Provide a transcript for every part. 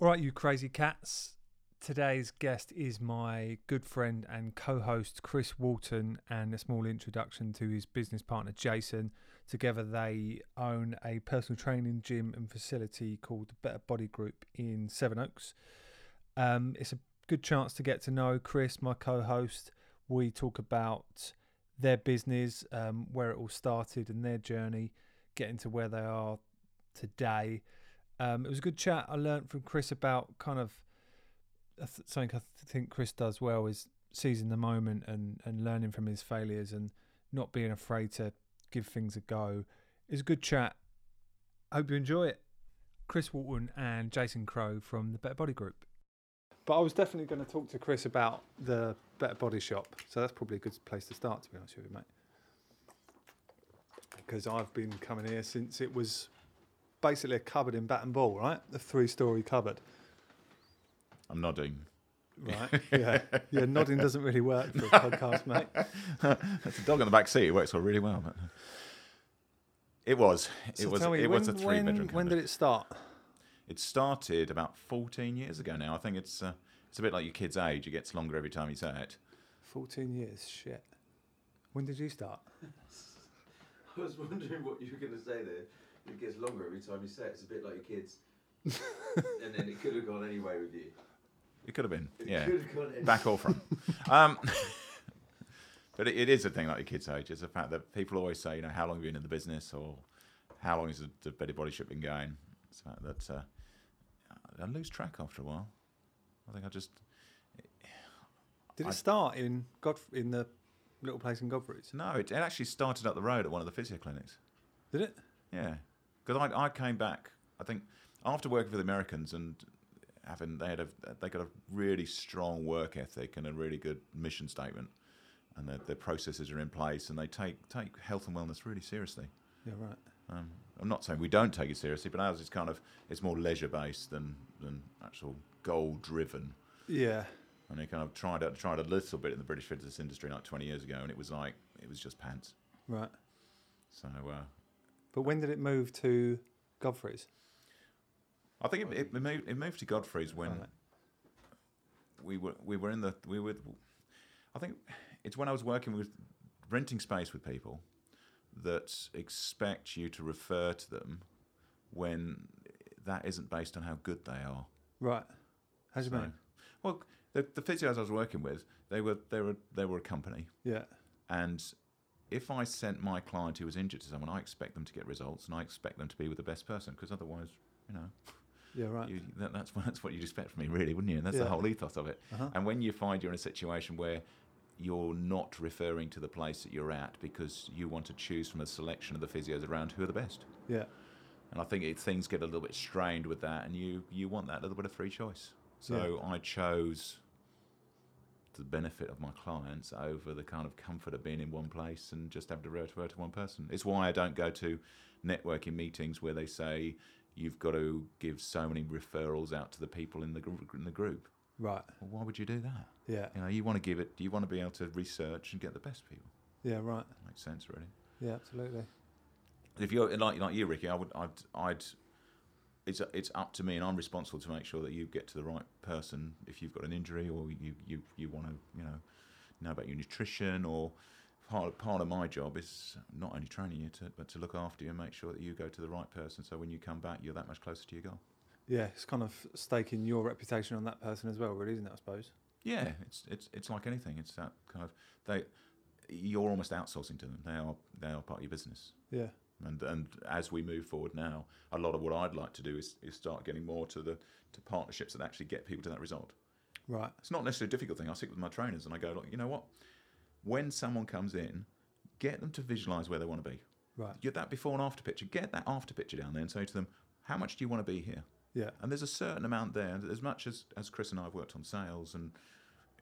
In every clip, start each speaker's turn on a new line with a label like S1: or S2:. S1: All right, you crazy cats. Today's guest is my good friend and co host Chris Walton, and a small introduction to his business partner Jason. Together, they own a personal training gym and facility called the Better Body Group in Sevenoaks. Um, it's a good chance to get to know Chris, my co host. We talk about their business, um, where it all started, and their journey, getting to where they are today. Um, it was a good chat. I learned from Chris about kind of I th- something I th- think Chris does well is seizing the moment and, and learning from his failures and not being afraid to give things a go. It was a good chat. Hope you enjoy it. Chris Walton and Jason Crow from the Better Body Group. But I was definitely going to talk to Chris about the Better Body Shop, so that's probably a good place to start, to be honest with you, mate. Because I've been coming here since it was basically a cupboard in Bat and Ball, right? A three-story cupboard,
S2: I'm nodding.
S1: right? yeah, yeah. Nodding doesn't really work for a podcast, mate.
S2: That's a dog on the back seat. It works all really well. But it was. It
S1: So
S2: was.
S1: tell me,
S2: it was a
S1: when-
S2: three bedroom.
S1: When, when did it start?
S2: It started about 14 years ago now. I think it's uh, it's a bit like your kid's age. It gets longer every time you say it.
S1: Fourteen years. Shit. When did you start?
S3: I was wondering what you were going to say there. It gets longer every time you say it. It's a bit like your kids. and then it could have gone any way with you.
S2: It could have been.
S3: It
S2: Yeah.
S3: could have gone any
S2: Back or front. um, but it, it is a thing like your kid's age. It's the fact that people always say, you know, how long have you been in the business or how long has the, the Betty Body Shop been going? It's the fact that uh, I lose track after a while. I think I just
S1: Did
S2: I-
S1: it start in God in the little place in Godfrey's?
S2: No, it, it actually started up the road at one of the physio clinics.
S1: Did it?
S2: Yeah, because I, I came back. I think after working for the Americans and having they had a they got a really strong work ethic and a really good mission statement, and their, their processes are in place and they take take health and wellness really seriously.
S1: Yeah, right.
S2: Um, I'm not saying we don't take it seriously, but ours is kind of it's more leisure based than than actual goal driven
S1: Yeah.
S2: and they kind of tried out tried a little bit in the British fitness industry like 20 years ago, and it was like it was just pants.
S1: Right.
S2: So uh,
S1: But when did it move to Godfrey's?
S2: I think it, it moved it moved to Godfrey's when
S1: Right.
S2: we were we were in the we were. I think it's when I was working with renting space with people that expect you to refer to them when that isn't based on how good they are.
S1: Right. How do you
S2: So-
S1: mean?
S2: Well, the, the physios I was working with, they were they were they were a company.
S1: Yeah.
S2: And if I sent my client who was injured to someone, I expect them to get results and I expect them to be with the best person because otherwise, you know,
S1: Yeah. Right.
S2: you, that, that's, what- that's what you'd expect from me, really, wouldn't you? And that's
S1: Yeah.
S2: the whole ethos of it.
S1: Uh-huh.
S2: And when you find you're in a situation where you're not referring to the place that you're at because you want to choose from a selection of the physios around who are the best.
S1: Yeah.
S2: And I think it, things get a little bit strained with that, and you, you want that little bit of free choice. So I chose the benefit of my clients over the kind of comfort of being in one place and just having to refer to one person. It's why I don't go to networking meetings where they say you've got to give so many referrals out to the people in the, gr- in the group.
S1: Right.
S2: Well, why would you do that?
S1: Yeah.
S2: You know, you want to give it, you want to be able to research and get the best people.
S1: Yeah. Right.
S2: Makes sense, really.
S1: Yeah. Absolutely.
S2: If you're like like you, Ricky, I would, I'd, I'd, it's it's up to me, and I'm responsible to make sure that you get to the right person if you've got an injury or you you you want to you know know about your nutrition or part of, part of my job is not only training you to but to look after you and make sure that you go to the right person so when you come back you're that much closer to your goal.
S1: Yeah. It's kind of staking your reputation on that person as well, really, isn't it? I suppose.
S2: Yeah, it's it's it's like anything. It's that kind of they you're almost outsourcing to them. They are they are part of your business.
S1: Yeah.
S2: And and as we move forward now, a lot of what I'd like to do is, is start getting more to the to partnerships that actually get people to that result.
S1: Right.
S2: It's not necessarily a difficult thing. I sit with my trainers and I go, look, you know what? When someone comes in, get them to visualize where they want to be.
S1: Right.
S2: Get that before and after picture. Get that after picture down there and say to them, how much do you want to be here?
S1: Yeah.
S2: And there's a certain amount there. And as much as, as Chris and I have worked on sales, and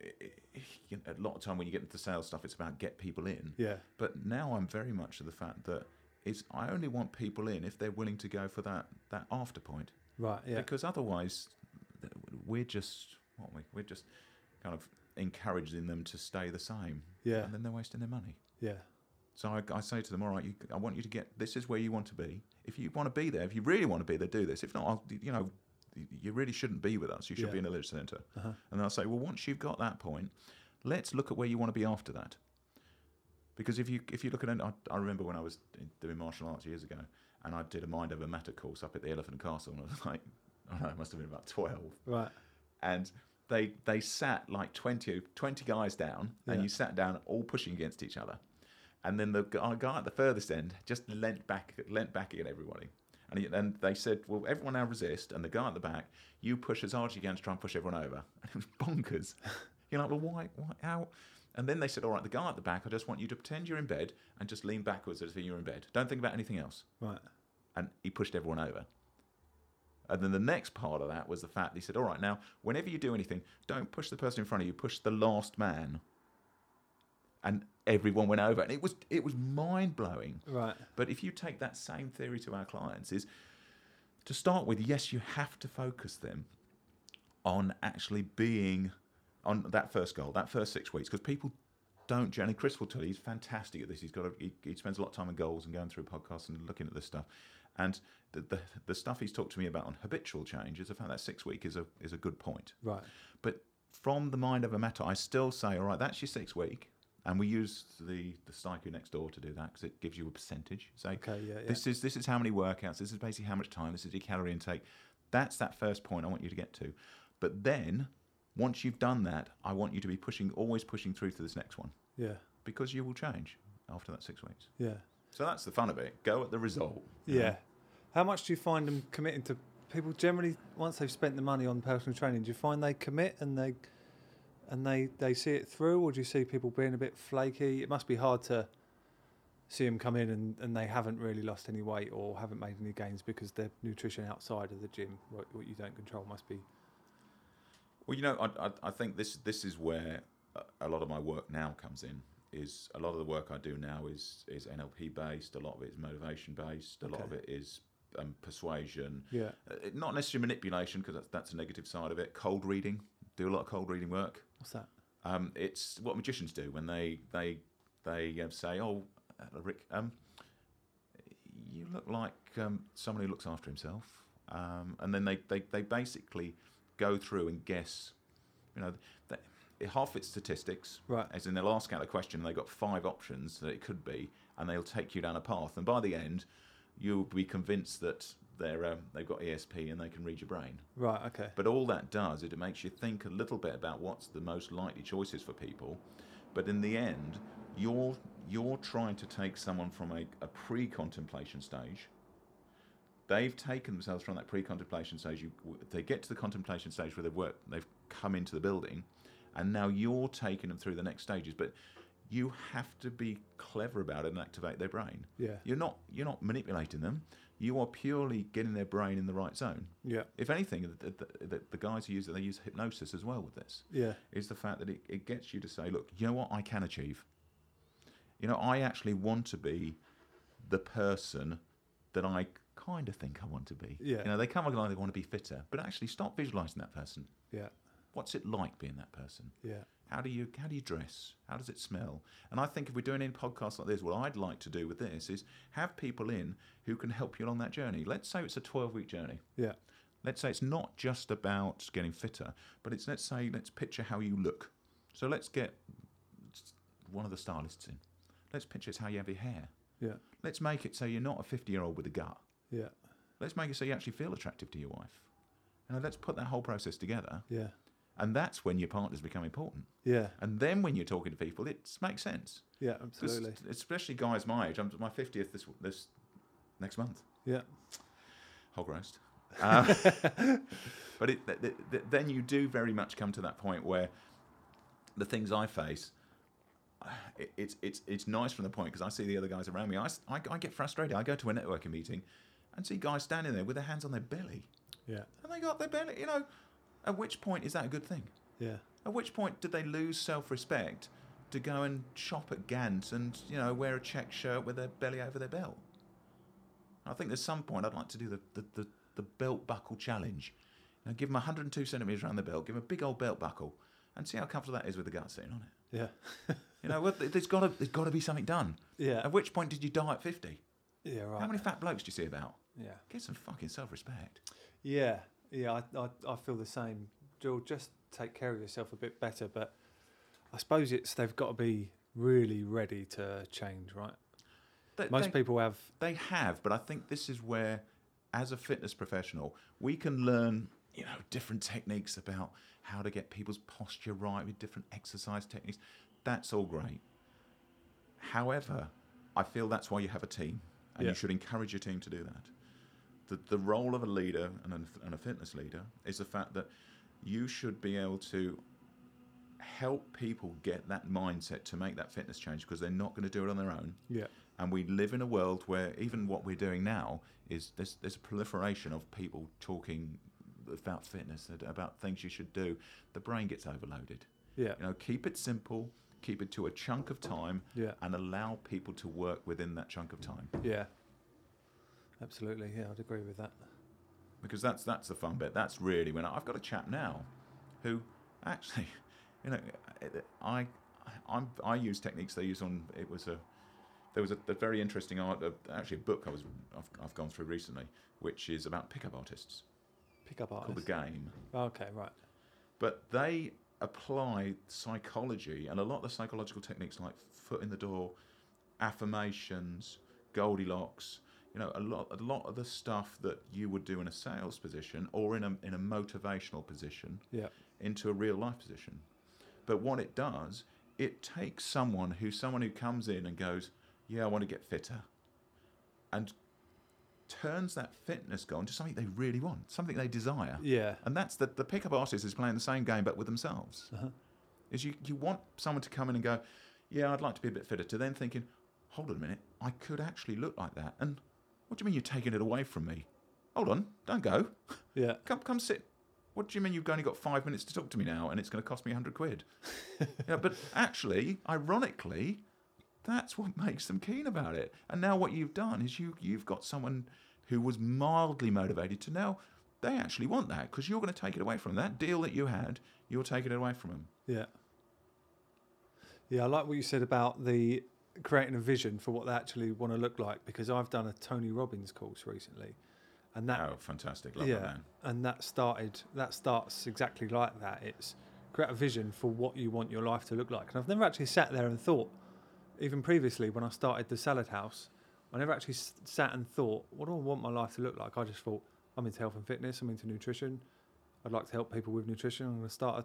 S2: i i you know, a lot of time when you get into the sales stuff, it's about get people in.
S1: Yeah.
S2: But now I'm very much of the fact that it's I only want people in if they're willing to go for that that after point
S1: Right. Yeah.
S2: because otherwise th- we're just what are we we're just kind of encouraging them to stay the same
S1: Yeah.
S2: and then they're wasting their money.
S1: Yeah.
S2: So I, I say to them, all right, you, I want you to get this is where you want to be. If you want to be there, if you really want to be there, do this. If not, I'll, you know, you really shouldn't be with us. You should
S4: Yeah.
S2: be in a leisure center
S4: Uh-huh.
S2: And they'll say, well, once you've got that point, let's look at where you want to be after that. Because if you if you look at, an- I, I remember when I was doing martial arts years ago, and I did a mind over matter course up at the Elephant Castle, and I was like, I don't know, it must have been about twelve,
S4: Right.
S2: and they they sat like 20, 20 guys down, and
S4: Yeah.
S2: you sat down all pushing against each other, and then the gu- our guy at the furthest end just leant back leant back at everybody, and, he, and they said, well, everyone now resist, and the guy at the back, you push as hard as you can to try and push everyone over, and it was bonkers. You're like, well, why, why, how? And then they said, all right, the guy at the back, I just want you to pretend you're in bed and just lean backwards as if you're in bed. Don't think about anything else
S4: Right.
S2: and he pushed everyone over. And then the next part of that was the fact that he said, "All right, now whenever you do anything, don't push the person in front of you. Push the last man." And everyone went over, and it was it was mind blowing.
S4: Right.
S2: But if you take that same theory to our clients, is to start with, yes, you have to focus them on actually being on that first goal, that first six weeks, because people don't generally. Chris will tell you he's fantastic at this. He's got a, he, he spends a lot of time on goals and going through podcasts and looking at this stuff. And the, the the stuff he's talked to me about on habitual change is the fact that six week is a is a good point.
S4: Right.
S2: But from the mind of a matter, I still say, all right, that's your six week. And we use the, the psyche next door to do that because it gives you a percentage. So
S4: Okay. Yeah. Yeah.
S2: this is this is how many workouts. This is basically how much time. This is your calorie intake. That's that first point I want you to get to. But then, once you've done that, I want you to be pushing, always pushing through to this next one
S4: yeah.
S2: because you will change after that six weeks.
S4: Yeah.
S2: So that's the fun of it. Go at the result. you know.
S4: Yeah. How much do you find them committing to people generally once they've spent the money on personal training? Do you find they commit and they and they they see it through, or do you see people being a bit flaky? It must be hard to see them come in and, and they haven't really lost any weight or haven't made any gains because their nutrition outside of the gym, what, what you don't control, must be
S2: Well, you know, I, I, I think this this is where a- a lot of my work now comes in. Is a lot of the work I do now is is NLP based. A lot of it is motivation based. A lot of
S4: Okay.
S2: it is um, persuasion.
S4: yeah
S2: Uh, it- not necessarily manipulation because that's, that's a negative side of it. Cold reading, do a lot of cold reading work.
S4: what's that
S2: Um, it's what magicians do when they they they uh, say, "Oh, uh, Rick, um, you look like um, someone who looks after himself," um, and then they, they they basically go through and guess. You know, th th- half it's statistics,
S4: right
S2: as in they'll ask out a question, they've got five options that it could be, and they'll take you down a path. And by the end, you'll be convinced that they're, um, they've got ESP and they can read your brain.
S4: right okay
S2: But all that does is it makes you think a little bit about what's the most likely choices for people. But in the end, you're, you're trying to take someone from a, a pre contemplation stage. They've taken themselves from that pre contemplation stage. You, they get to the contemplation stage where they've, worked, they've come into the building, and now you're taking them through the next stages. But you have to be clever about it and activate their brain.
S4: yeah
S2: You're not, you're not manipulating them, you are purely getting their brain in the right zone
S4: yeah
S2: if anything, the, the, the, the guys who use it, they use hypnosis as well with this,
S4: yeah
S2: is the fact that it, it gets you to say, look, you know what, I can achieve. You know, I actually want to be the person that I kind of think I want to be.
S4: Yeah.
S2: You know, they come along, they want to be fitter, but actually start visualizing that person.
S4: yeah
S2: What's it like being that person?
S4: yeah
S2: How do you how do you dress? How does it smell? And I think if we're doing any podcasts like this, what I'd like to do with this is have people in who can help you along that journey. Let's say it's a twelve week journey
S4: yeah
S2: let's say it's not just about getting fitter, but it's let's say let's picture how you look. So let's get one of the stylists in. Let's picture it's how you have your hair.
S4: yeah
S2: Let's make it so you're not a 50 year old with a gut.
S4: yeah
S2: Let's make it so you actually feel attractive to your wife. You know, let's put that whole process together,
S4: yeah
S2: and that's when your partners become important.
S4: yeah
S2: And then when you're talking to people, it makes sense.
S4: yeah
S2: 'Cause
S4: absolutely
S2: Especially guys my age. I'm my 50th this this next month.
S4: yeah
S2: hog roast. Um, but it, th- th- th- then you do very much come to that point where the things I face, it, it's it's it's nice from the point because I see the other guys around me. I, s- I- I get frustrated. I go to a networking meeting and see guys standing there with their hands on their belly,
S4: yeah
S2: and they got their belly. You know, at which point is that a good thing?
S4: yeah
S2: At which point did they lose self-respect to go and shop at Gant and you know wear a check shirt with their belly over their belt? I think there's some point I'd like to do the the, the, the belt buckle challenge. You know, give them 102 centimeters around the belt, give them a big old belt buckle, and see how comfortable that is with the gut sitting on it.
S4: yeah
S2: You know, well, there's got to there's got to be something done.
S4: yeah
S2: At which point did you die at 50?
S4: yeah right
S2: How many fat blokes do you see about?
S4: yeah
S2: Get some fucking self-respect.
S4: Yeah,
S1: Yeah, I, I, I feel the same. Jill, just take care of yourself a bit better. But I suppose it's they've got to be really ready to change, right?
S2: They-
S1: Most
S2: they-
S1: people have.
S2: They have, but I think this is where, as a fitness professional, we can learn, you know, different techniques about how to get people's posture right with different exercise techniques. That's all great. However, I feel that's why you have a team, and
S1: Yeah.
S2: you should encourage your team to do that. The, the role of a leader and a, and a fitness leader is the fact that you should be able to help people get that mindset to make that fitness change because they're not going to do it on their own
S1: Yeah.
S2: and we live in a world where even what we're doing now is there's, there's a proliferation of people talking about fitness and about things you should do the brain gets overloaded
S1: Yeah.
S2: you know keep it simple keep it to a chunk of time
S1: Yeah.
S2: and allow people to work within that chunk of time
S1: Yeah. Absolutely. Yeah, I'd agree with that.
S2: because that's that's the fun bit that's really when I, i've got a chap now who actually you know i i'm i use techniques they use on it was a there was a, a very interesting art, uh, actually a book I was I've, I've gone through recently, which is about pickup artists
S1: Pickup
S2: called
S1: artists.
S2: The Game.
S1: Okay, right.
S2: But they apply psychology and a lot of the psychological techniques like foot in the door, affirmations, Goldilocks. You know, a lot, a lot of the stuff that you would do in a sales position or in a in a motivational position
S1: Yeah.
S2: into a real life position. But what it does, it takes someone who someone who comes in and goes, "Yeah, I want to get fitter," and turns that fitness goal into something they really want, something they desire.
S1: Yeah.
S2: And that's the the pickup artist is playing the same game but with themselves.
S1: Uh-huh.
S2: Is you you want someone to come in and go, "Yeah, I'd like to be a bit fitter," to then thinking, "Hold on a minute, I could actually look like that." And what do you mean you're taking it away from me? Hold on, don't go.
S1: Yeah.
S2: Come, come sit. What do you mean you've only got five minutes to talk to me now, and it's going to cost me hundred quid? yeah, but actually, ironically, that's what makes them keen about it. And now what you've done is you you've got someone who was mildly motivated to now they actually want that because you're going to take it away from them. that deal that you had. You're taking it away from them.
S1: Yeah. Yeah, I like what you said about the creating a vision for what they actually want to look like because I've done a Tony Robbins course recently, and that
S2: Oh, fantastic! Love
S1: yeah,
S2: that man.
S1: and that started that starts exactly like that. It's create a vision for what you want your life to look like, and I've never actually sat there and thought. Even previously, when I started the Salad House, I never actually s- sat and thought, "What do I want my life to look like?" I just thought, "I'm into health and fitness. I'm into nutrition. I'd like to help people with nutrition. I'm going to start." A,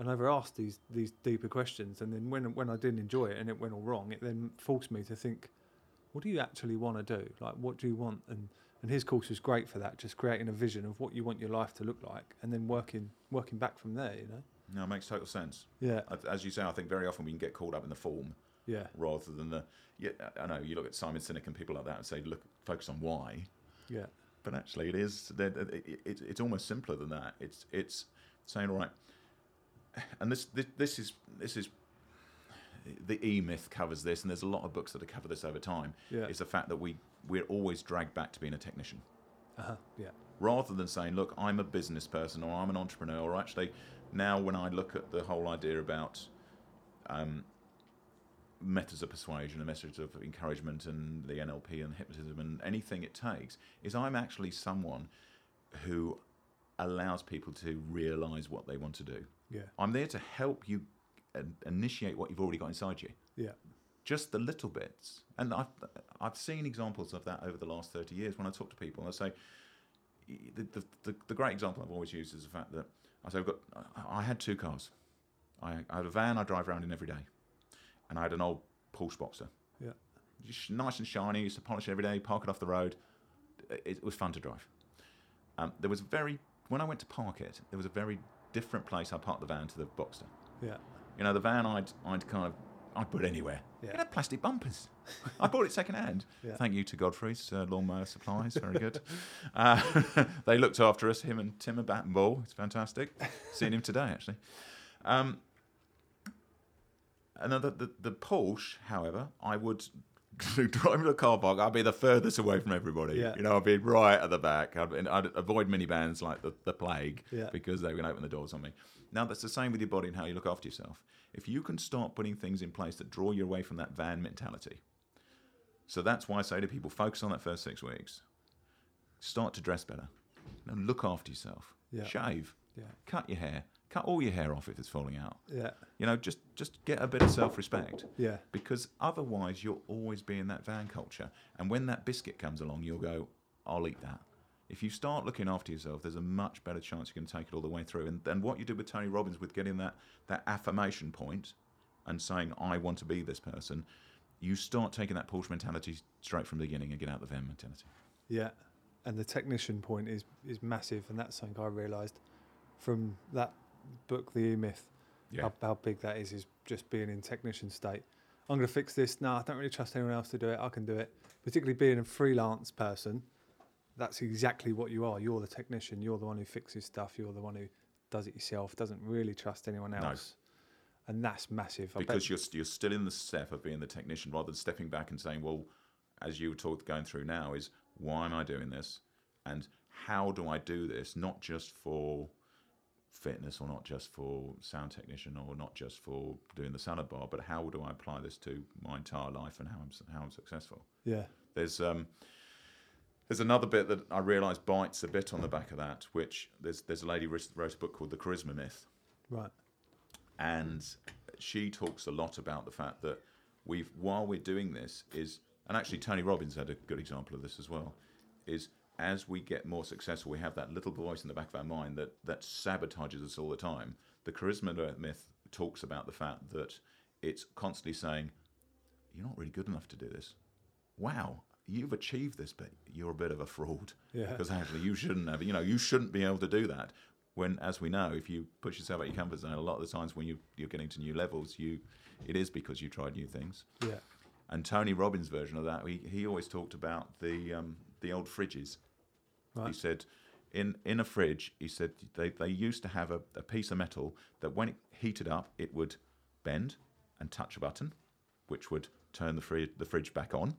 S1: I never asked these these deeper questions, and then when when I didn't enjoy it and it went all wrong, it then forced me to think, "What do you actually want to do? Like, what do you want?" and and his course was great for that, just creating a vision of what you want your life to look like, and then working working back from there. You know.
S2: No, it makes total sense.
S1: Yeah.
S2: I- As you say, I think very often we can get caught up in the form
S1: Yeah.
S2: rather than the. Yeah, I know you look at Simon Sinek and people like that and say, look, focus on why.
S1: Yeah.
S2: But actually, it is. that- that- it- it- It's almost simpler than that. It's it's saying all right, and this this, this is this is the E Myth covers this, and there's a lot of books that have covered this over time.
S1: Yeah.
S2: Is the fact that we we're always dragged back to being a technician
S1: Uh-huh. Yeah.
S2: rather than saying, look, I'm a business person or I'm an entrepreneur, or actually, now when I look at the whole idea about um, methods of persuasion and methods of encouragement and the NLP and hypnotism and anything it takes, is I'm actually someone who allows people to realize what they want to do.
S1: Yeah.
S2: I'm there to help you uh, initiate what you've already got inside you
S1: Yeah.
S2: just the little bits. And I've, I've seen examples of that over the last 30 years when I talk to people. And I say, the, the, the, the great example I've always used is the fact that I say, I've got, I- I had two cars. I, I had a van I drive around in every day. And I had an old Porsche Boxer.
S1: Yeah.
S2: Just nice and shiny, used to polish it every day, park it off the road. It, it was fun to drive. Um, there was very, when I went to park it, there was a very different place I parked the van to the Boxer.
S1: Yeah.
S2: You know, the van I'd, I'd kind of, I'd put anywhere.
S1: Yeah.
S2: It had plastic bumpers. I bought it second hand.
S1: Yeah.
S2: Thank you to Godfrey's uh, lawnmower supplies. Very good. Uh, they looked after us, him and Tim and Bat and Ball. It's fantastic. Seeing him today, actually. Um, and then the, the, the Porsche, however, I would drive to the car park. I'd be the furthest away from everybody.
S1: Yeah.
S2: You know, I'd be right at the back. I'd, and I'd avoid minivans like the, the plague
S1: Yeah.
S2: because they can open the doors on me. Now, that's the same with your body and how you look after yourself. If you can start putting things in place that draw you away from that van mentality, so that's why I say to people focus on that first six weeks, start to dress better. and look after yourself.
S1: Yeah.
S2: Shave.
S1: Yeah.
S2: Cut your hair. Cut all your hair off if it's falling out.
S1: Yeah.
S2: You know, just just get a bit of self-respect
S1: Yeah.
S2: because otherwise you'll always be in that van culture. And when that biscuit comes along, you'll go, I'll eat that. If you start looking after yourself, there's a much better chance you can take it all the way through. And, and what you did with Tony Robbins with getting that, that affirmation point and saying, I want to be this person, you start taking that Porsche mentality straight from the beginning and get out the van mentality.
S1: Yeah. And the technician point is is massive, and that's something I realised from that book, The E Myth.
S2: Yeah.
S1: How, how big that is is just being in technician state. I'm going to fix this. No, I don't really trust anyone else to do it. I can do it. Particularly being a freelance person, that's exactly what you are. You're the technician. You're the one who fixes stuff. You're the one who does it yourself. Doesn't really trust anyone
S2: No.
S1: else. And that's massive. I
S2: because
S1: bet,
S2: you're, st- you're still in the step of being the technician rather than stepping back and saying well as you were talk- going through now is why am i doing this and how do i do this not just for fitness or not just for sound technician or not just for doing the salad bar but how do i apply this to my entire life and how i'm, s- how I'm successful
S1: yeah,
S2: there's um there's another bit that I realised bites a bit on the back of that, which there's there's a lady wrote wrote a book called The Charisma Myth,
S1: right.
S2: and she talks a lot about the fact that we've while we're doing this is and actually tony robbins had a good example of this as well is as we get more successful we have that little voice in the back of our mind that that sabotages us all the time the charisma myth talks about the fact that it's constantly saying you're not really good enough to do this wow you've achieved this but you're a bit of a fraud
S1: Yeah.
S2: because actually you shouldn't have you know you shouldn't be able to do that when as we know if you push yourself out your comfort zone a lot of the times when you, you're getting to new levels you it is because you tried new things
S1: Yeah.
S2: and tony robbins version of that he, he always talked about the um, the old fridges he
S1: Right.
S2: said in in a fridge he said they, they used to have a, a piece of metal that when it heated up it would bend and touch a button which would turn the fridge the fridge back on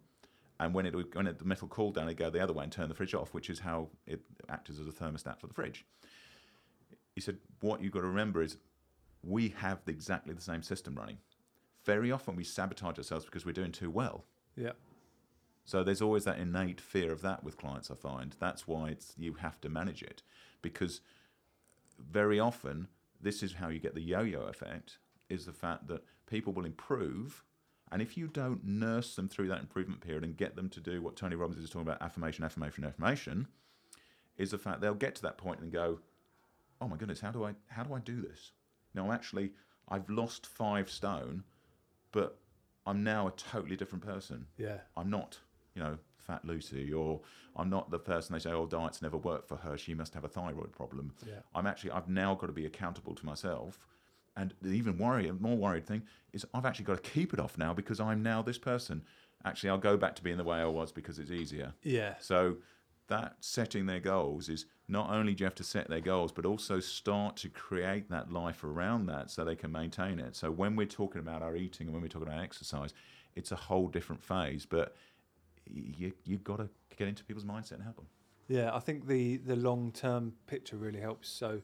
S2: and when it would- when it, the metal cooled down it'd go the other way and turn the fridge off which is how it acts as a thermostat for the fridge he said what you've got to remember is we have the, exactly the same system running very often we sabotage ourselves because we're doing too well
S1: Yeah.
S2: so there's always that innate fear of that with clients. I find that's why it's you have to manage it, because very often this is how you get the yo-yo effect: is the fact that people will improve, and if you don't nurse them through that improvement period and get them to do what Tony Robbins is talking about affirmation, affirmation, affirmation, is the fact they'll get to that point and go, "Oh my goodness, how do I how do I do this? No, actually, I've lost five stone, but I'm now a totally different person."
S1: Yeah.
S2: I'm not, you know, fat Lucy, or I'm not the person they say, oh, diets never work for her. She must have a thyroid problem.
S1: Yeah.
S2: I'm actually, I've now got to be accountable to myself. And the even worry, more worried thing is I've actually got to keep it off now because I'm now this person. Actually, I'll go back to being the way I was because it's easier.
S1: Yeah.
S2: So that setting their goals is not only do you have to set their goals, but also start to create that life around that so they can maintain it. So when we're talking about our eating and when we're talking about exercise, it's a whole different phase. But y- you you've got to get into people's mindset and help them.
S1: Yeah, I think the the long term picture really helps. So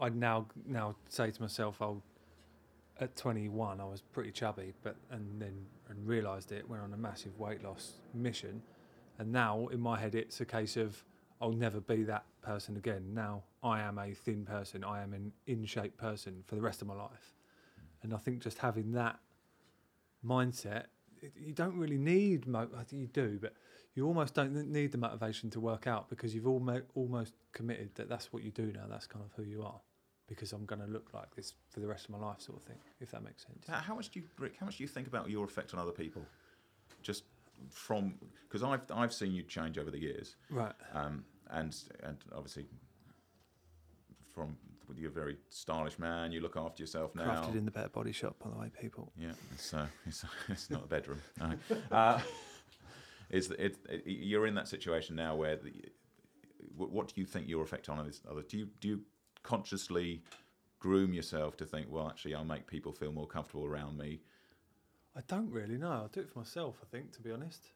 S1: I now now say to myself, I'll at 21 I was pretty chubby, but and then and realised it went on a massive weight loss mission, and now in my head it's a case of I'll never be that person again. Now I am a thin person. I am an in shape person for the rest of my life, and I think just having that mindset, it, you don't really need. Mo- I think you do, but you almost don't n- need the motivation to work out because you've almost almost committed that that's what you do now. That's kind of who you are, because I'm going to look like this for the rest of my life, sort of thing. If that makes sense.
S2: How, how much do you, Rick? How much do you think about your effect on other people? Just from because I've I've seen you change over the years.
S1: Right.
S2: um, and and obviously from you're a very stylish man. You look after yourself now.
S1: Crafted in the Better Body Shop, by the way, people.
S2: Yeah, it's, uh, it's, it's not a bedroom. No. Uh, is that it, it, you're in that situation now where the, what, what do you think your effect on is other? Do you do you consciously groom yourself to think, well, actually, I'll make people feel more comfortable around me
S1: I don't really know. I do it for myself. I think, to be honest.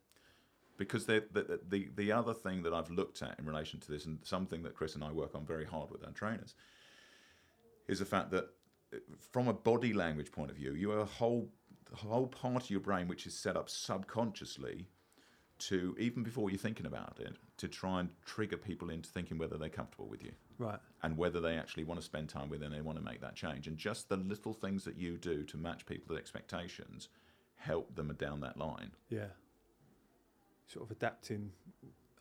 S2: because the, the the the other thing that I've looked at in relation to this, and something that Chris and I work on very hard with our trainers, is the fact that uh, from a body language point of view, you have a whole whole part of your brain which is set up subconsciously to even before you're thinking about it to try and trigger people into thinking whether they're comfortable with you
S1: Right.
S2: and whether they actually want to spend time with you and they want to make that change. And just the little things that you do to match people's expectations help them down that line.
S1: Yeah. Sort of adapting,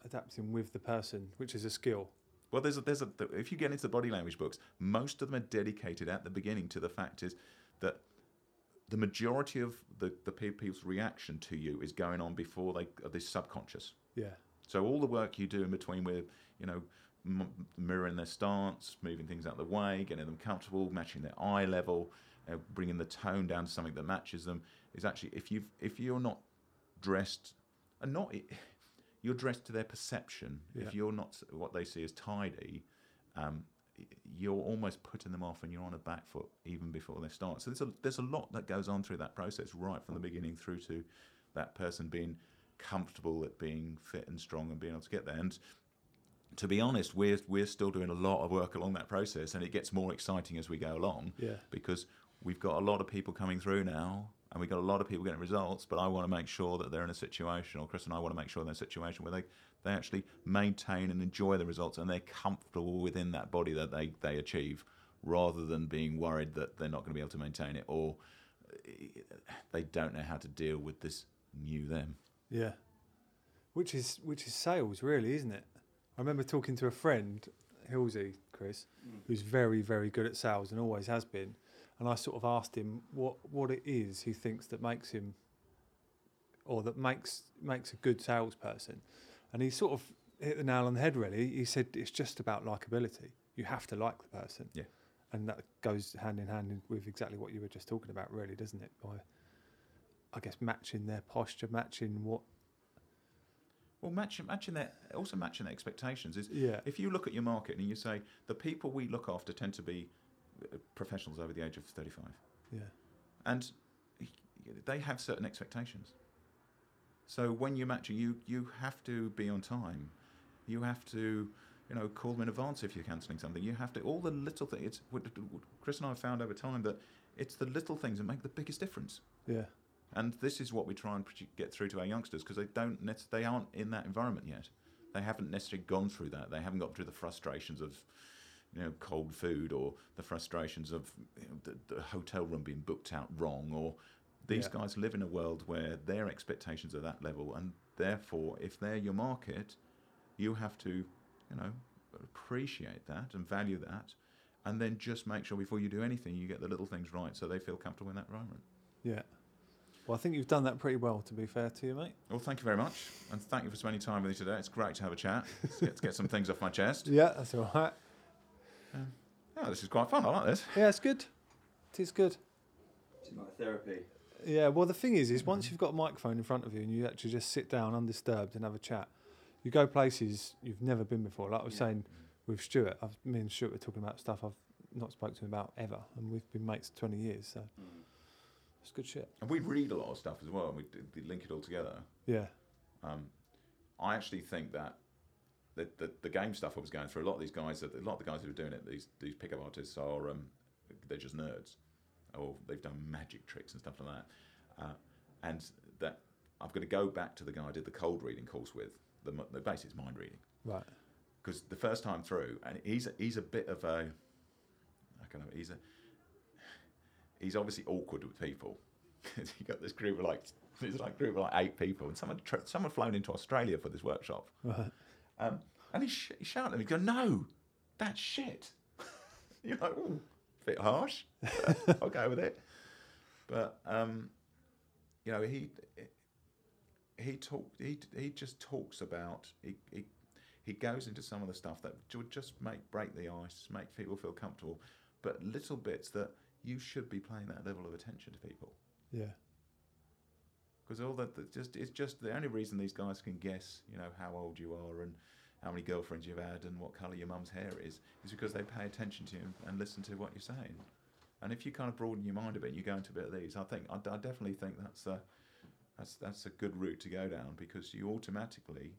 S1: adapting with the person, which is a skill.
S2: Well, there's a, there's a if you get into the body language books, most of them are dedicated at the beginning to the fact is that the majority of the, the pe- people's reaction to you is going on before they uh, this subconscious.
S1: Yeah.
S2: So all the work you do in between with, you know, m- mirroring their stance, moving things out of the way, getting them comfortable, matching their eye level, uh, bringing the tone down to something that matches them is actually if you if you're not dressed and not you're dressed to their perception.
S1: Yeah.
S2: If you're not s- what they see as tidy, um, y- you're almost putting them off and you're on a back foot even before they start. So there's a there's a lot that goes on through that process right from the beginning through to that person being comfortable at being fit and strong and being able to get there. And to be honest, we're we're still doing a lot of work along that process, and it gets more exciting as we go along
S1: Yeah.
S2: because we've got a lot of people coming through now. And we've got a lot of people getting results, but I want to make sure that they're in a situation, or Chris and I want to make sure they're in a situation where they, they actually maintain and enjoy the results and they're comfortable within that body that they, they achieve rather than being worried that they're not going to be able to maintain it or eh, they don't know how to deal with this new them.
S1: Yeah. Which is which is sales, really, isn't it? I remember talking to a friend, Hilsey, Chris,
S3: Mm.
S1: who's very, very good at sales and always has been. And I sort of asked him what, what it is he thinks that makes him or that makes makes a good salesperson. And he sort of hit the nail on the head really. He said it's just about likability. You have to like the person.
S2: Yeah.
S1: And that goes hand in hand with exactly what you were just talking about, really, doesn't it? By I guess matching their posture, matching what
S2: Well, matching, matching their, also matching their expectations is
S1: Yeah.
S2: if you look at your market and you say the people we look after tend to be uh, professionals over the age of 35
S1: Yeah.
S2: and they have certain expectations so when you're matching you you have to be on time you have to you know call them in advance if you're cancelling something you have to all the little things it's what, what chris and i have found over time that it's the little things that make the biggest difference
S1: Yeah.
S2: and this is what we try and produ- get through to our youngsters because they don't nec- they aren't in that environment yet. They haven't necessarily gone through that. They haven't got through the frustrations of you know cold food or the frustrations of you know, the, the hotel room being booked out wrong or these
S1: Yeah.
S2: guys live in a world where their expectations are that level and therefore if they're your market you have to you know appreciate that and value that and then just make sure before you do anything you get the little things right so they feel comfortable in that environment
S1: Yeah. Well, I think you've done that pretty well, to be fair to you, mate.
S2: Well, thank you very much, and thank you for spending time with me today. It's great to have a chat, to get, to get some things off my chest.
S1: Yeah, that's all right.
S2: Yeah, this is quite fun. I like this.
S1: Yeah, it's good. It is good.
S3: It's like therapy.
S1: Yeah, well, the thing is, is once you've got a microphone in front of you and you actually just sit down undisturbed and have a chat, you go places you've never been before. Like I was
S3: Yeah.
S1: saying with Stuart, I've, me and Stuart were talking about stuff I've not spoken to him about ever, and we've been mates 20 years, so
S3: Mm.
S1: it's good shit.
S2: And we read a lot of stuff as well, and we, d- we link it all together.
S1: Yeah,
S2: Um, I actually think that the, the, the game stuff I was going through, a lot of these guys, that- a lot of the guys who are doing it, these these pickup artists are um, they're just nerds, or they've done magic tricks and stuff like that. Uh, and that I've got to go back to the guy I did the cold reading course with. The, mo- the basic is mind reading.
S1: right.
S2: because the first time through, and he's a, he's a bit of a, I kind of he's a, he's obviously awkward with people. 'Cause he got this group of like, there's like group of like eight people, and someone tr- someone flown into Australia for this workshop,
S1: Right.
S2: um, and he, sh- he shouted at me, go, no, that's shit. You're like, ooh, bit harsh. but I'll go with it. But um, you know, he he talk he he just talks about he, he he goes into some of the stuff that would just make break the ice, make people feel comfortable, but little bits that you should be paying that level of attention to people
S1: Yeah,
S2: because all that that just it's just the only reason these guys can guess you know how old you are and how many girlfriends you've had and what colour your mum's hair is is because they pay attention to you and listen to what you're saying and if you kind of broaden your mind a bit and you go into a bit of these i think i, I definitely think that's a that's that's a good route to go down because you automatically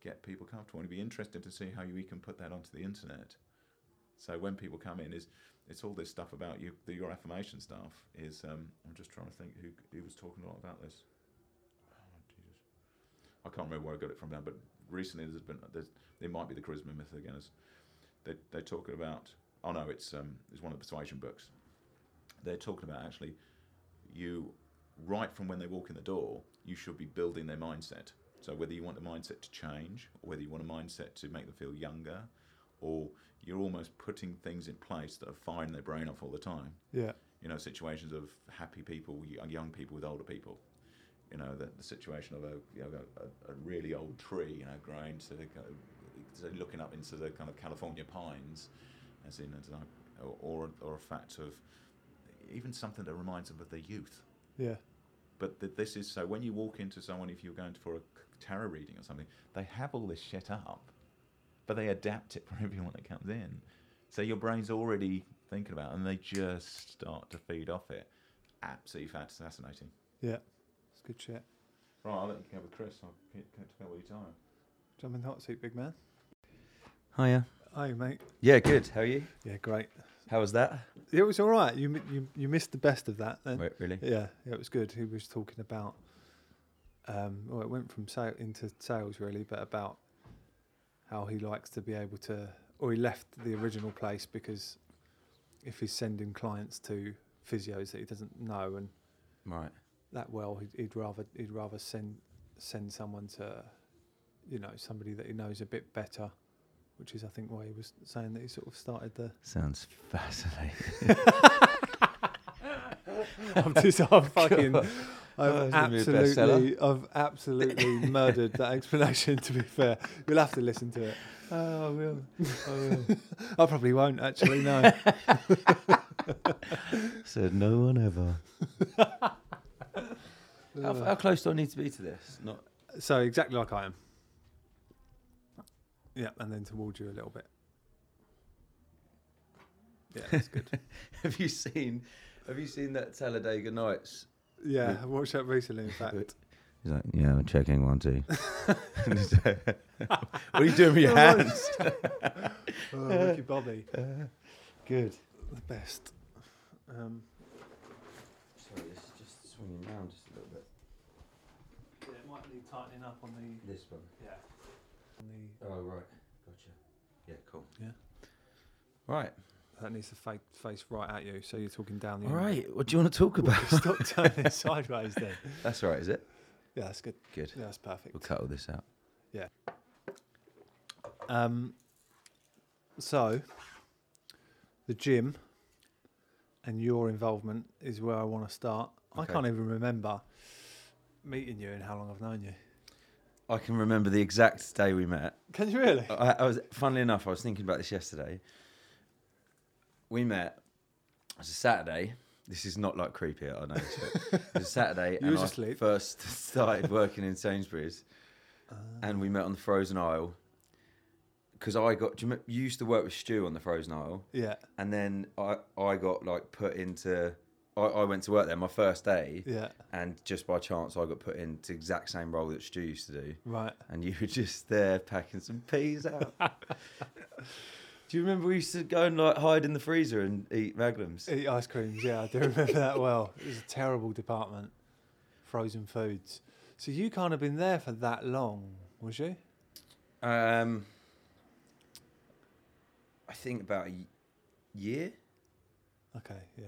S2: get people comfortable and it'd be interesting to see how you can put that onto the internet so when people come in is it's all this stuff about you, the, your affirmation stuff is. Um, I'm just trying to think who, who was talking a lot about this. Oh, Jesus. I can't remember where I got it from now, but recently there's been there's, there might be the charisma myth again. Is they they're talking about oh no it's um it's one of the persuasion books. They're talking about actually you right from when they walk in the door you should be building their mindset. So whether you want the mindset to change, or whether you want a mindset to make them feel younger, or you're almost putting things in place that are firing their brain off all the time
S1: Yeah.
S2: you know, situations of happy people, y- uh, young people with older people. You know, the, the situation of a, you know, a, a really old tree, you know, growing to the, kind of- so looking up into the kind of California pines, as in, as I- or, or a fact of even something that reminds them of their youth.
S1: Yeah.
S2: But th- this is so when you walk into someone, if you're going for a c- tarot reading or something, they have all this shit up, but they adapt it for everyone that comes in. So your brain's already thinking about it, and they just start to feed off it. Absolutely fat- fascinating.
S1: It's good shit.
S2: Right, I'll let you go with Chris. I'll get to go with your time.
S1: Jump in the hot seat, big man.
S3: Hiya.
S1: Hi, mate.
S3: Yeah, good. How are you?
S1: Yeah, great.
S3: How was that?
S1: It was all right. You mi- you you missed the best of that then.
S3: Wait, really?
S1: Yeah, yeah, it was good. He was talking about, um, well, it went from sale into sales really, but about how he likes to be able to, or he left the original place because if he's sending clients to physios that he doesn't know and
S3: Right.
S1: that well, he'd, he'd rather he'd rather send send someone to, you know, somebody that he knows a bit better, which is I think why he was saying that he sort of started the.
S3: Sounds fascinating.
S1: I'm just, I'm fucking.
S3: Oh,
S1: I've
S3: it's gonna be a bestseller.
S1: absolutely, I've absolutely murdered that explanation. To be fair, you'll have to listen to it.
S3: Oh, I will. I will.
S1: I probably won't actually. No,
S3: Said no one ever. how, how close do I need to be to this? Not.
S1: so exactly like I am. Yeah, and then towards you a little bit. Yeah, that's good.
S3: Have you seen? Have you seen that Talladega Nights?
S1: Yeah, I watched that recently. In fact,
S3: He's like, yeah, I'm checking one, two. what are you doing with your hands? Uh,
S1: oh, Ricky Bobby,
S3: Good.
S1: the best. Um,
S3: Sorry, it's just swinging round just a little bit.
S1: yeah, it might need tightening up on the
S3: This one.
S1: yeah. On the
S3: Oh right, gotcha. Yeah, cool.
S1: Yeah.
S3: Right.
S1: that needs to fa- face right at you, so you're talking down the.
S3: All
S1: end.
S3: right. What do you want to talk about?
S1: Stop turning it sideways then.
S3: That's all right, is it?
S1: Yeah, that's good.
S3: Good.
S1: Yeah, that's perfect.
S3: We'll cut all this out.
S1: Um, so, the gym and your involvement is where I want to start. I
S3: Okay.
S1: can't even remember meeting you and how long I've known you.
S3: I can remember the exact day we met.
S1: Can you really?
S3: I, I was, funnily enough, I was thinking about this yesterday. We met. It was a Saturday. This is not like creepy. I know. It's, but it was a Saturday,
S1: You
S3: and
S1: was
S3: I
S1: asleep. Ah.
S3: first started working in Sainsbury's, and we met on the frozen aisle. Because I got, do you, remember, you used to work with Stu on the frozen aisle,
S1: Yeah,
S3: and then I, I got like put into, I, I went to work there my first day,
S1: yeah,
S3: and just by chance I got put into the exact same role that Stu used to do,
S1: right.
S3: and you were just there packing some peas out. Do you remember we used to go and like hide in the freezer and eat magnums?
S1: Eat ice creams. Yeah, I do remember that well. It was a terrible department, frozen foods. So you can't have been there for that long, was you?
S3: Um, I think about a y- year,
S1: Okay, yeah.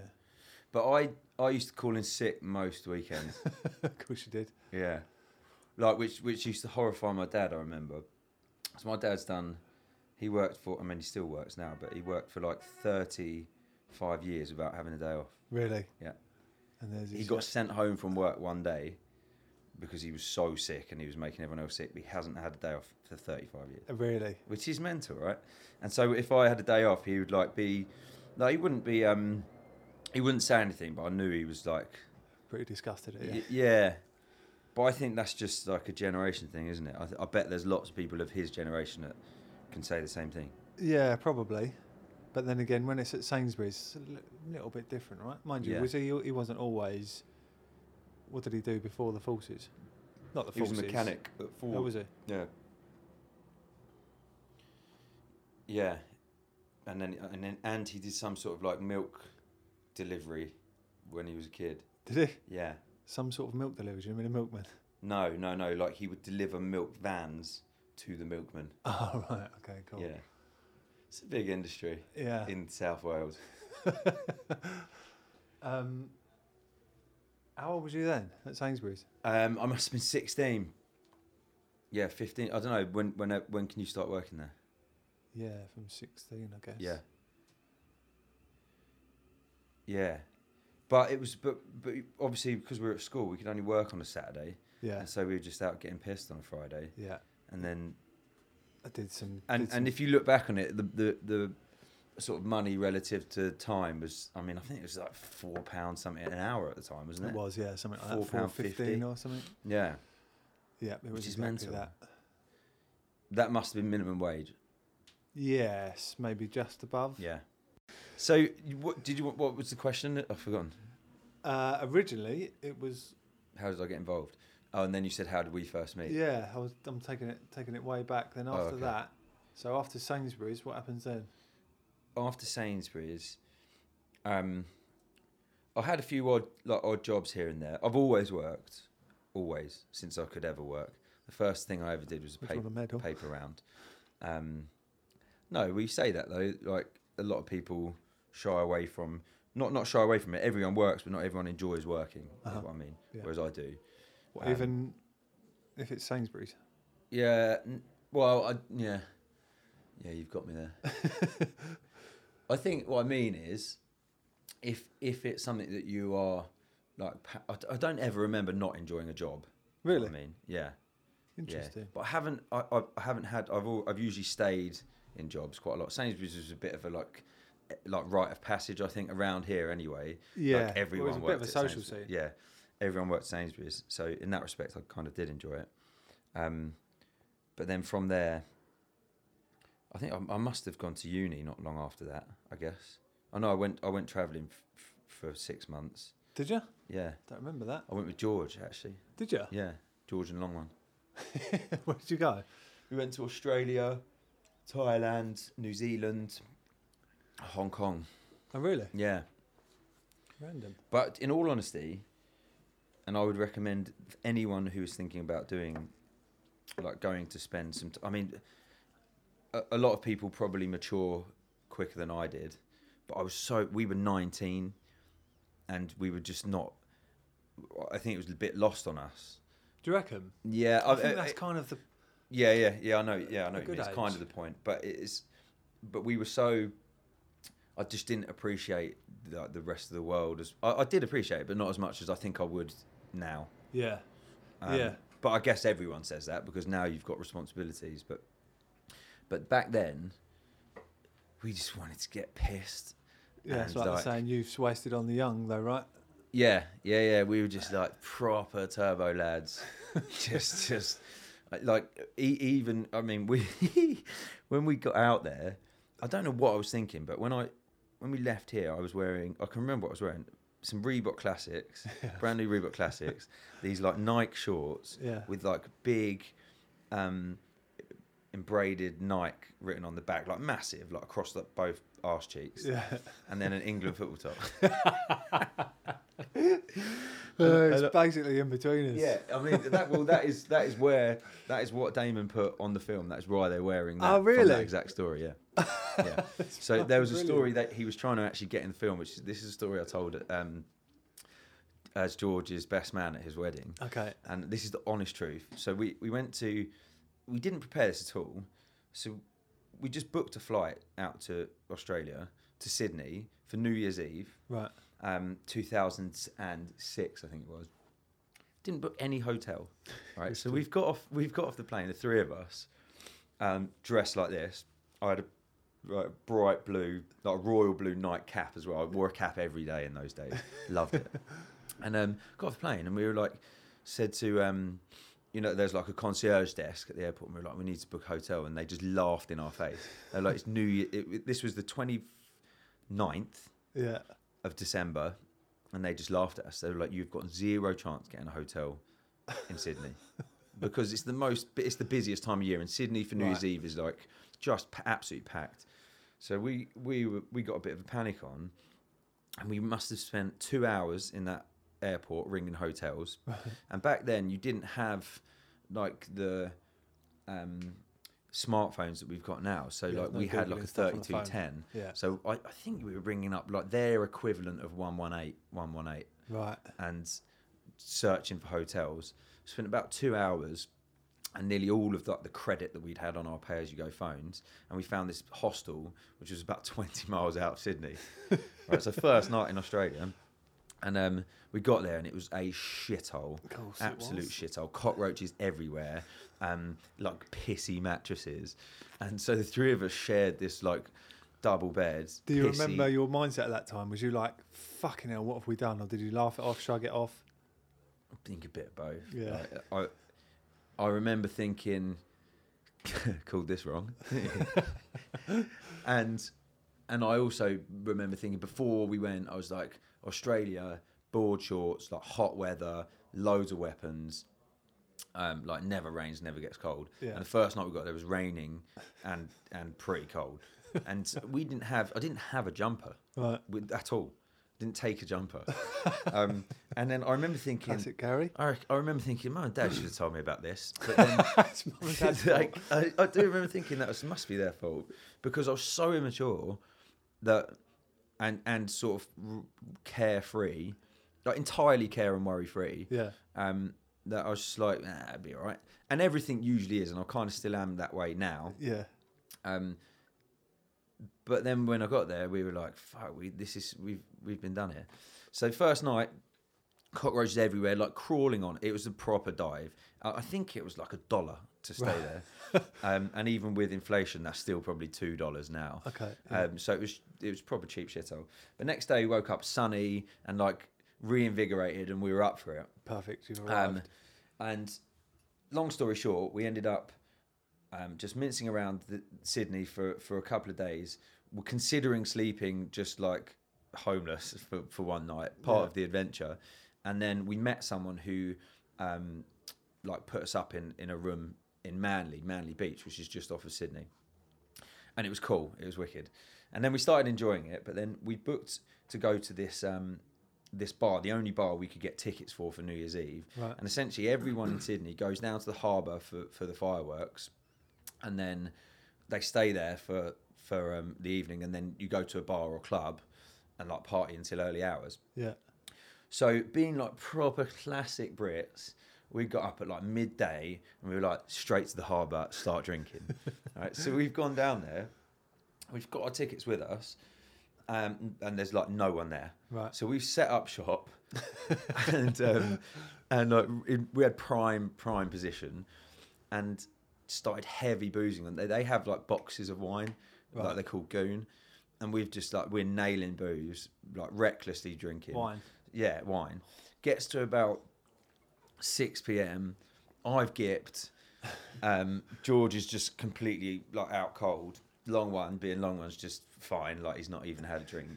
S3: but I I used to call in sick most weekends.
S1: of course you did.
S3: yeah, like which which used to horrify my dad. I remember. So my dad's done. He worked for. I mean, he still works now, but he worked for like thirty five years without having a day off.
S1: Really?
S3: Yeah.
S1: And there's
S3: He
S1: his-
S3: got sent home from work one day because he was so sick and he was making everyone else sick. But he hasn't had a day off for 35 years,
S1: really.
S3: which is mental, right? And so if I had a day off, he would like be, like he wouldn't be, um, he wouldn't say anything, but I knew he was like,
S1: pretty disgusted at
S3: y-
S1: you.
S3: yeah. But I think that's just like a generation thing, isn't it? I, th- I bet there's lots of people of his generation that can say the same thing.
S1: Yeah, probably. But then again, when it's at Sainsbury's, it's a li- little bit different, right? Mind you,
S3: Yeah.
S1: was he? He wasn't always. What did he do before the forces? Not the
S3: He was
S1: forces.
S3: a mechanic at Ford.
S1: Oh, was he?
S3: Yeah. Yeah, and then and then and he did some sort of like milk delivery when he was a kid.
S1: Did he?
S3: Yeah.
S1: Some sort of milk delivery? do You mean a milkman?
S3: No, no, no. Like he would deliver milk vans to the milkman.
S1: Oh right, okay, cool.
S3: Yeah, it's a big industry
S1: Yeah.
S3: in South Wales.
S1: um, how old was you then at Sainsbury's?
S3: Um, I must have been sixteen. Yeah, fifteen. I don't know when. When? When can you start working there?
S1: Yeah, from sixteen, I guess.
S3: Yeah. Yeah, but it was. But but obviously because we were at school, we could only work on a Saturday,
S1: Yeah.
S3: and so we were just out getting pissed on a Friday,
S1: Yeah.
S3: and then
S1: I did some.
S3: and
S1: did some-
S3: and if you look back on it, the, the the sort of money relative to time was, I mean, I think it was like four pounds something an hour at the time, wasn't it?
S1: it was yeah something like
S3: Four
S1: that, four
S3: pound fifty.
S1: fifteen or something.
S3: Yeah,
S1: Yeah, it was
S3: is
S1: exactly
S3: mental.
S1: that.
S3: that must have been minimum wage.
S1: Yes, maybe just above.
S3: Yeah. So you- what did you? want- What was the question? I've forgotten.
S1: Uh, originally, it was
S3: How did I get involved? Oh, and then you said, how did we first meet?
S1: yeah. I was I'm taking it taking it way back. Then
S3: Oh,
S1: after
S3: okay.
S1: that, so after Sainsbury's, what happens then?
S3: After Sainsbury's, um, I had a few odd like odd jobs here and there. I've always worked, always since I could ever work. The first thing I ever did was a
S1: Which
S3: paper.
S1: one a medal?
S3: paper round. Um, no, we say that though. Like a lot of people shy away from not not shy away from it. Everyone works, but not everyone enjoys working.
S1: Uh-huh.
S3: Is what I mean.
S1: Yeah.
S3: Whereas I do.
S1: What,
S3: um,
S1: even if it's Sainsbury's.
S3: Yeah. n- Well, I yeah, yeah. You've got me there. I think what I mean is, if if it's something that you are like, pa- I d- I don't ever remember not enjoying a job. is what
S1: Really
S3: I mean, yeah.
S1: interesting.
S3: Yeah. But I haven't. I, I- I haven't had. I've. All, I've usually stayed in jobs quite a lot. Sainsbury's was a bit of a like, eh, like rite of passage. I think around here anyway.
S1: Yeah,
S3: Like
S1: well, it
S3: everyone
S1: was a bit
S3: worked
S1: of a
S3: at
S1: social
S3: Sainsbury's.
S1: scene.
S3: Yeah, everyone worked at Sainsbury's. So in that respect, I kind of did enjoy it. Um, but then from there, I think I, I must have gone to uni not long after that. I guess. I know I went. I went travelling f- f- for six months.
S1: Did you?
S3: Yeah,
S1: Don't remember that.
S3: I went with George actually.
S1: Did you?
S3: Yeah, George and Longman.
S1: Where did you go?
S3: We went to Australia, Thailand, New Zealand, Hong Kong.
S1: Oh, really?
S3: Yeah.
S1: Random.
S3: But in all honesty, and I would recommend anyone who is thinking about doing, like going to spend some. T- I mean, a, a lot of people probably mature quicker than I did, but I was so. We were 19, and we were just not. I think it was a bit lost on us.
S1: Do you reckon?
S3: Yeah,
S1: I think that's kind of the
S3: Yeah, yeah, yeah. I know. Yeah, I
S1: A
S3: know. what you
S1: good
S3: mean. It's kind
S1: age.
S3: of the point, but it's. But we were so. I just didn't appreciate the, the rest of the world as I, I did appreciate, it, but not as much as I think I would now. Um,
S1: yeah. Yeah.
S3: But I guess everyone says that because now you've got responsibilities. But but back then, we just wanted to get pissed.
S1: Yeah, that's
S3: and,
S1: like,
S3: like-
S1: I'm saying. You've wasted on the young, though, right?
S3: Yeah, yeah, yeah. We were just like proper turbo lads. just, just like e- even. I mean, we when we got out there, I don't know what I was thinking, but when I when we left here, I was wearing. I can remember what I was wearing. Some Reebok classics, brand new Reebok classics. these like Nike shorts
S1: Yeah.
S3: with like big, um, embroidered Nike written on the back, like massive, like across like both arse cheeks
S1: Yeah.
S3: and then an England football top.
S1: it's basically in between us.
S3: Yeah, I mean that. Well, that is that is where that is what Damon put on the film. That's why they're wearing that.
S1: Oh,
S3: from that
S1: really?
S3: exact story. Yeah. yeah. So there was a
S1: fucking
S3: story that he was trying to actually get in the film, which is- this is a story I told um, as George's best man at his wedding,
S1: Okay.
S3: and this is the honest truth. So we we went to, we didn't prepare this at all, so we just booked a flight out to Australia to Sydney for New Year's Eve
S1: Right.
S3: um, 2006, I think it was. Didn't book any hotel, right? so we've got off. We've got off the plane. The three of us, um, dressed like this. I had a like, bright blue, like royal blue night cap as well. I wore a cap every day in those days. Loved it. And um, got off the plane, and we were like, said to, um, you know, there's like a concierge desk at the airport, and we were like, we need to book a hotel, and they just laughed in our face. They're like, it's New Year. It, it- this was the 29th
S1: Yeah.
S3: of December, and they just laughed at us. They were like, "You've got zero chance getting a hotel in Sydney because it's the most, it's the busiest time of year, and Sydney for New Year's
S1: Right.
S3: Eve is like just pa- absolutely packed." So we we were, we got a bit of a panic on, and we must have spent two hours in that airport ringing hotels, and back then you didn't have like the um, smartphones that we've got now. So
S1: Yeah,
S3: like
S1: no
S3: we had
S1: Googling
S3: like a
S1: stuff on the phone.
S3: 3210.
S1: Yeah.
S3: So I, I think we were bringing up like their equivalent of 118, 118
S1: Right.
S3: and searching for hotels. Spent about two hours and nearly all of like the credit that we'd had on our pay as you go phones. And we found this hostel, which was about 20 miles out of Sydney. right, so first night in Australia. And um, we got there and it was a shithole.
S1: Of course it
S3: Absolute
S1: was.
S3: shithole. Cockroaches everywhere, um, like pissy mattresses. And so the three of us shared this like double bed.
S1: Do you
S3: pissy-
S1: remember your mindset at that time? Was you like, fucking hell, what have we done? Or did you laugh it off, shrug it off?
S3: I think a bit of both.
S1: Yeah.
S3: Like, I I remember thinking called this wrong. and and I also remember thinking before we went, I was like, Australia, board shorts, like hot weather, loads of weapons. Um, like never rains, never gets cold.
S1: Yeah.
S3: And the first night we got there was raining and and pretty cold. And we didn't have I didn't have a jumper
S1: Right.
S3: with, at all. Didn't take a jumper. um, and then I remember thinking,
S1: Classic Gary.
S3: I, rec- I remember thinking, Mum and Dad should have told me about this. But then,
S1: That's mum and dad's
S3: like, I, I do remember thinking that was, must be their fault because I was so immature that and and sort of r- carefree, like entirely care and worry free.
S1: Yeah.
S3: Um, that I was just like, nah, it'd be all right. And everything usually is, and I kind of still am that way now.
S1: Yeah.
S3: Um, but then when I got there, we were like, "Fuck, we this is we've we've been done here." So first night, cockroaches everywhere, like crawling on. It was a proper dive. I I think it was like a dollar to stay there, um, and even with inflation, that's still probably two dollars now.
S1: Okay, Uh,
S3: Um, so it was it was proper cheap shithole. But next day, we woke up sunny and like reinvigorated, and we were up for it.
S1: Perfect. You've arrived.
S3: Um, and long story short, we ended up um, just mincing around the, Sydney for, for a couple of days. We're considering sleeping just like homeless for, for one night, part of the adventure. And then we met someone who um, like put us up in, in a room in Manly, Manly Beach, which is just off of Sydney and it was cool. It was wicked. And then we started enjoying it, but then we booked to go to this um, this bar, the only bar we could get tickets for for New Year's Eve.
S1: Right.
S3: And essentially, everyone in Sydney goes down to the harbour for, for the fireworks, and then they stay there for for um, the evening, and then you go to a bar or club and like party until early hours.
S1: yeah.
S3: So being like proper classic Brits, we got up at like midday and we were like straight to the harbour, start drinking. right, so we've gone down there, we've got our tickets with us, um, and there's like no one there.
S1: Right.
S3: So we've set up shop, and um, and like in, we had prime prime position, and started heavy boozing. And they, they have like boxes of wine, like
S1: Right.
S3: they're called goon, and we've just like we're nailing booze, like recklessly drinking
S1: Wine.
S3: yeah, wine. Gets to about 6 p.m. I've gipped. Um, George is just completely like out cold. Long one, being long one's just fine, like he's not even had a drink.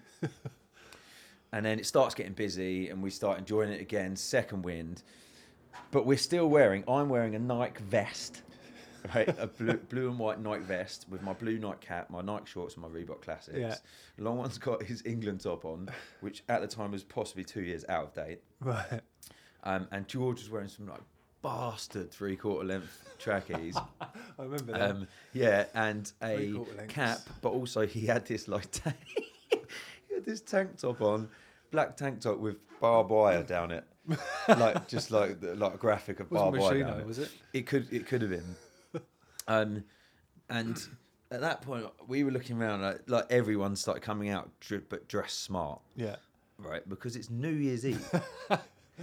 S3: and then it starts getting busy, and we start enjoying it again. Second wind, but we're still wearing. I'm wearing a Nike vest, right? a blue, blue and white Nike vest with my blue Nike cap, my Nike shorts, and my Reebok classics.
S1: Yeah.
S3: Long one's got his England top on, which at the time was possibly two years out of date.
S1: Right.
S3: Um, and George was wearing some like bastard three quarter length trackies.
S1: I remember that.
S3: um, yeah, and a
S1: Three-quarter lengths.
S3: cap, but also he had this like ta- he had this tank top on, black tank top with barbed wire down it, like just like the- like a graphic of
S1: Wasn't
S3: barbed wire down
S1: Moschino,
S3: it.
S1: was it?
S3: It could it could have been. Um, and at that point, we were looking around like, like everyone started coming out, dr- but dressed smart
S1: yeah.
S3: right? Because it's New Year's Eve.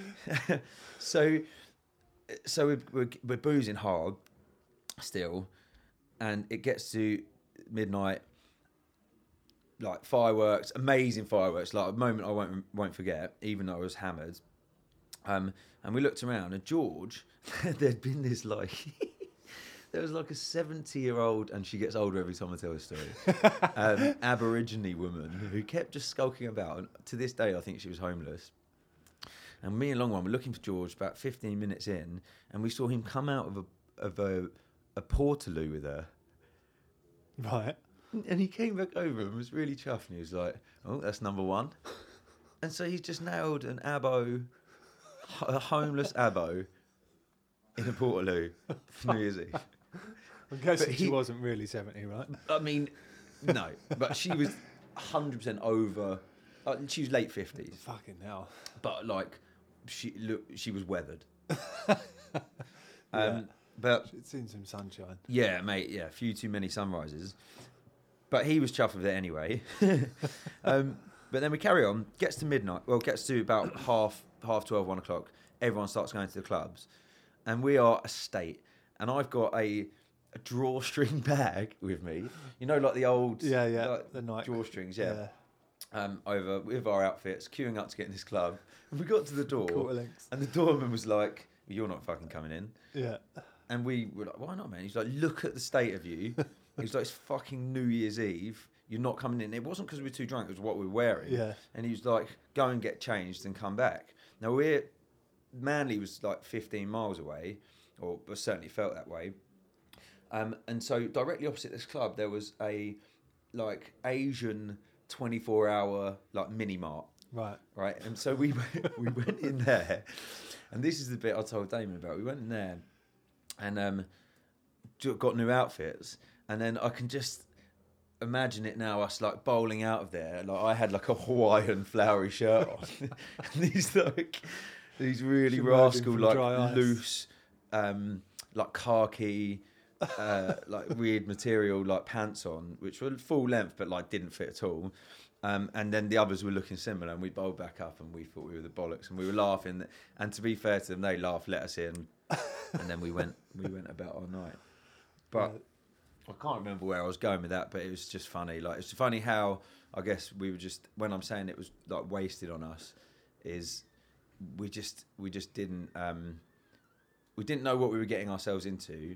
S3: so, so we're, we're, we're boozing hard still, and it gets to midnight. Like fireworks, amazing fireworks. Like a moment I won't won't forget, even though I was hammered. Um, and we looked around, and George, there'd been this like, there was like a 70 year old, and she gets older every time I tell this story, um, Aborigine woman who kept just skulking about. And to this day, I think she was homeless. And me and Long One were looking for George about 15 minutes in, and we saw him come out of a, of a, a portaloo with her.
S1: Right.
S3: And he came back over and was really chuffed, and he was like, "Oh, that's number one." And so he's just nailed an abo, a homeless abo, in a portaloo for New Year's Eve.
S1: I'm guessing
S3: But
S1: she
S3: he-
S1: wasn't really 70, right?
S3: I mean, no, but she was 100% over. Uh, she was late 50s,
S1: Fucking hell.
S3: but like, she look, she was weathered. Um, But
S1: She'd seen some sunshine.
S3: yeah, mate, yeah, a few too many sunrises. But he was chuffed with it anyway. um, but then we carry on. Gets to midnight. Well, gets to about half half twelve, one o'clock. Everyone starts going to the clubs, and we are a state. And I've got a, a drawstring bag with me. You know, like the old
S1: Yeah, yeah.
S3: like,
S1: the night.
S3: drawstrings, yeah. Um, over with our outfits, queuing up to get in this club. And we got to the door,
S1: Quarter lengths.
S3: and the doorman was like, "You're not fucking coming in."
S1: Yeah.
S3: And we were like, "Why not, man?" He's like, "Look at the state of you." He's like, "It's fucking New Year's Eve. You're not coming in." It wasn't because we were too drunk; it was what we were wearing.
S1: Yeah.
S3: And he was like, "Go and get changed and come back." Now we're Manly was like 15 miles away, or or certainly felt that way. Um, and so directly opposite this club, there was a like Asian 24 hour like mini mart,
S1: Right.
S3: right? And so we went- we went in there, and this is the bit I told Damon about. We went in there, and um, ju- got new outfits, and then I can just imagine it now. Us like bowling out of there. Like I had like a Hawaiian flowery shirt on, and these like these really
S1: Just emerging
S3: rascal
S1: from
S3: like
S1: dry ice.
S3: loose, um, like khaki. uh, like weird material, like pants on, which were full length but like didn't fit at all. Um, and then the others were looking similar, and we bowled back up, and we thought we were the bollocks, and we were laughing. And to be fair to them, they laughed, let us in, and then we went we went about our night. But I can't remember where I was going with that, but it was just funny. Like it's funny how I guess we were just when I'm saying it was like wasted on us is we just we just didn't um, we didn't know what we were getting ourselves into,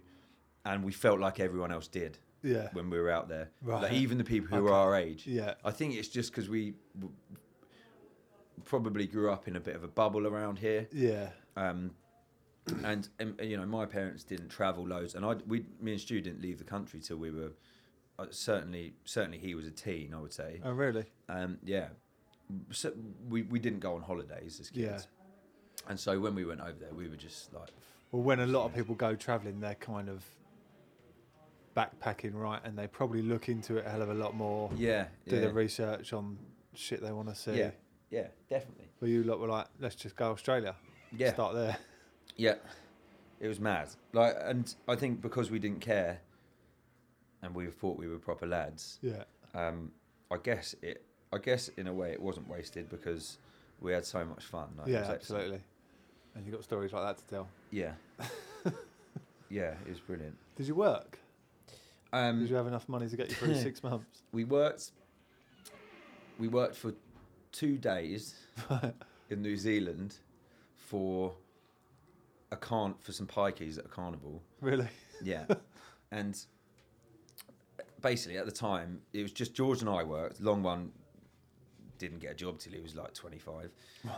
S3: and we felt like everyone else did
S1: Yeah.
S3: when we were out there. Like,
S1: Right.
S3: even the people who were
S1: Okay.
S3: our age.
S1: Yeah.
S3: I think it's just because we w- probably grew up in a bit of a bubble around here
S1: Yeah.
S3: um, and, and you know my parents didn't travel loads, and I we me and Stu didn't leave the country till we were uh, certainly certainly he was a teen, I would say.
S1: Oh, really?
S3: Um, yeah, so we we didn't go on holidays as
S1: Yeah.
S3: kids, and so when we went over there, we were just like,
S1: Well, when a lot of people go travelling, they're kind of backpacking, right? And they probably look into it a hell of a lot more,
S3: yeah,
S1: do
S3: yeah,
S1: the research on shit they want to see.
S3: yeah, yeah, definitely,
S1: But you lot were like, let's just go Australia.
S3: yeah,
S1: Start there.
S3: yeah. It was mad, like, and I think because we didn't care, and we thought we were proper lads,
S1: Yeah.
S3: um, I guess it. I guess in a way it wasn't wasted because we had so much fun. Like, it
S1: yeah,
S3: was excellent.
S1: absolutely. And you got stories like that to tell.
S3: Yeah, yeah, it was brilliant.
S1: Did you work? Did
S3: Um,
S1: you have enough money to get you through six months?
S3: we worked. We worked for two days in New Zealand for a can for some pikeys at a carnival.
S1: Really?
S3: Yeah. and basically, at the time, it was just George and I worked. Long one didn't get a job till he was like 25.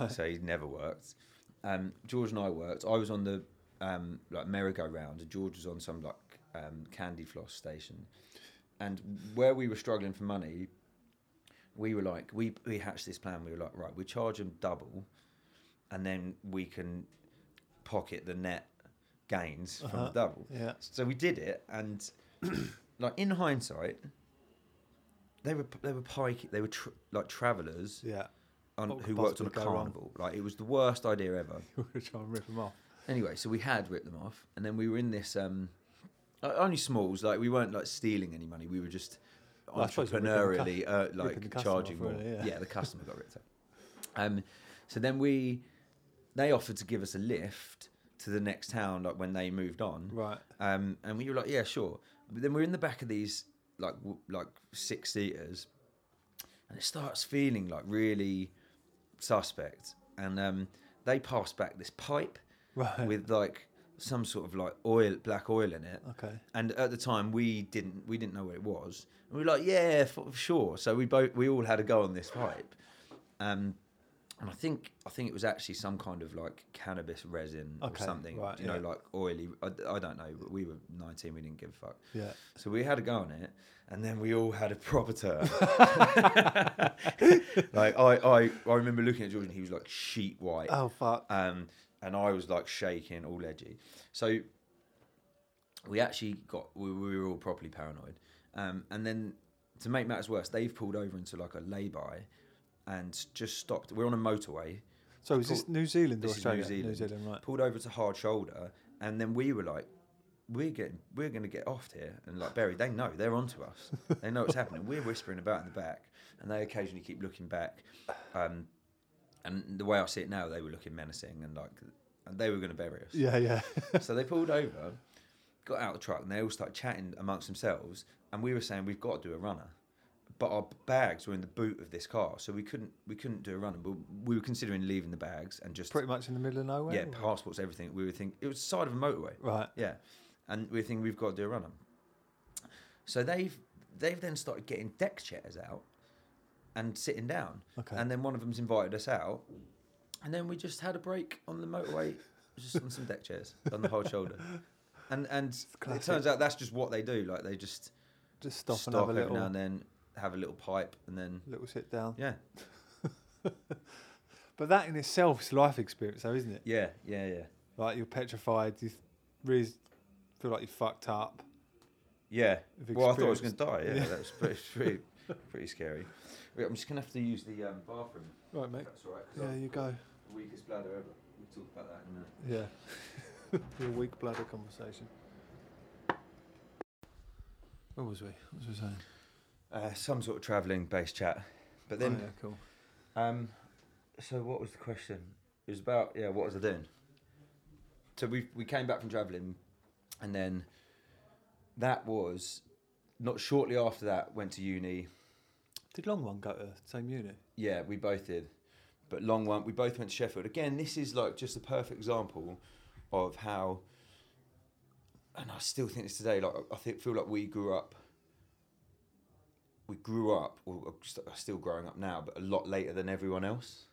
S3: So he never worked. Um, George and I worked. I was on the um, like merry-go-round, and George was on some like um, candy floss station. And where we were struggling for money, we were like, we, we hatched this plan. We were like, right, we charge them double, and then we can pocket the net gains from the
S1: Uh-huh.
S3: double.
S1: Yeah.
S3: So we did it, and like in hindsight, they were they were pike they were tr like travellers
S1: Yeah.
S3: on,
S1: What could
S3: who worked on a
S1: possibly go wrong?
S3: carnival. Like it was the worst idea ever.
S1: You were trying to rip them off.
S3: Anyway, so we had ripped them off, and then we were in this um, like, only smalls. Like we weren't like stealing any money. We were just
S1: Well, I suppose you're ripping the cu-
S3: entrepreneurially uh,
S1: ripping the
S3: like
S1: customer
S3: charging
S1: off,
S3: more.
S1: really, yeah.
S3: the customer got ripped off. Um, so then we they offered to give us a lift to the next town. Like when they moved on,
S1: Right.
S3: um, and we were like, yeah, sure. But then we're in the back of these like w- like six seaters, and it starts feeling like really suspect. And um, they pass back this pipe
S1: Right.
S3: with like some sort of like oil, black oil in it.
S1: okay.
S3: And at the time, we didn't we didn't know what it was. And we were like, yeah, for sure. So we both we all had a go on this pipe. Um, and I think I think it was actually some kind of like cannabis resin
S1: Okay,
S3: or something,
S1: right,
S3: you know,
S1: yeah.
S3: like oily. I, I don't know. But we were nineteen. We didn't give a fuck.
S1: Yeah.
S3: So we had a go on it, and then we all had a proper turn. like I, I I remember looking at George, and he was like sheet white
S1: Oh, fuck.
S3: um, and I was like shaking, all edgy. So we actually got we, we were all properly paranoid. Um, and then to make matters worse, they've pulled over into like a lay-by and just stopped. We're on a motorway,
S1: So is
S3: Cool.
S1: this New Zealand or
S3: This is New
S1: Australia?
S3: Zealand.
S1: right?
S3: pulled over to hard shoulder, and then we were like, "We're getting, we're going to get offed here." And like Barry, they know they're onto us. They know what's happening. We're whispering about in the back, and they occasionally keep looking back. Um, and the way I see it now, they were looking menacing and like, and they were going to bury us.
S1: Yeah, yeah.
S3: so they pulled over, got out of the truck, and they all started chatting amongst themselves. And we were saying we've got to do a runner, but our bags were in the boot of this car, so we couldn't we couldn't do a runner. But we were considering leaving the bags and just
S1: Pretty much in the middle of nowhere.
S3: yeah
S1: or-
S3: passports everything. We were thinking it was the side of a motorway,
S1: Right.
S3: yeah, and we were thinking we've got to do a runner. So they've they've then started getting deck chairs out and sitting down.
S1: Okay.
S3: And then one of them's invited us out, and then we just had a break on the motorway, just on some deck chairs on the hard shoulder. And and it
S1: classic.
S3: turns out that's just what they do. Like they just
S1: Just
S3: stop,
S1: stop, and have a
S3: every now
S1: little
S3: and then, have a little pipe, and then
S1: little sit down.
S3: yeah,
S1: But that in itself is life experience, though, isn't it?
S3: yeah, yeah, yeah,
S1: Like you're petrified. You th- really feel like you fucked up.
S3: yeah.
S1: You've
S3: Well, I thought I was going
S1: experienced-
S3: to die. Yeah,
S1: Yeah.
S3: that was pretty, pretty, pretty scary. Wait, I'm just going to have to use the um, bathroom.
S1: Right,
S3: if
S1: mate.
S3: That's all right. 'cause
S1: Yeah,
S3: I'm
S1: you go.
S3: the weakest bladder ever. We'll talk about that in a minute.
S1: Yeah. Your weak bladder conversation. Where was we? What was we saying?
S3: Uh, some sort of travelling based chat. But then,
S1: oh, yeah, cool.
S3: um, so what was the question? It was about yeah, what was I doing? So we we came back from travelling, and then that was not shortly after that went to uni.
S1: Did Long One go to the same unit?
S3: Yeah, we both did. But long one, we both went to Sheffield. Again, this is like just a perfect example of how, and I still think this today. Like I think, feel like we grew up. We grew up, or are st- are still growing up now, but a lot later than everyone else.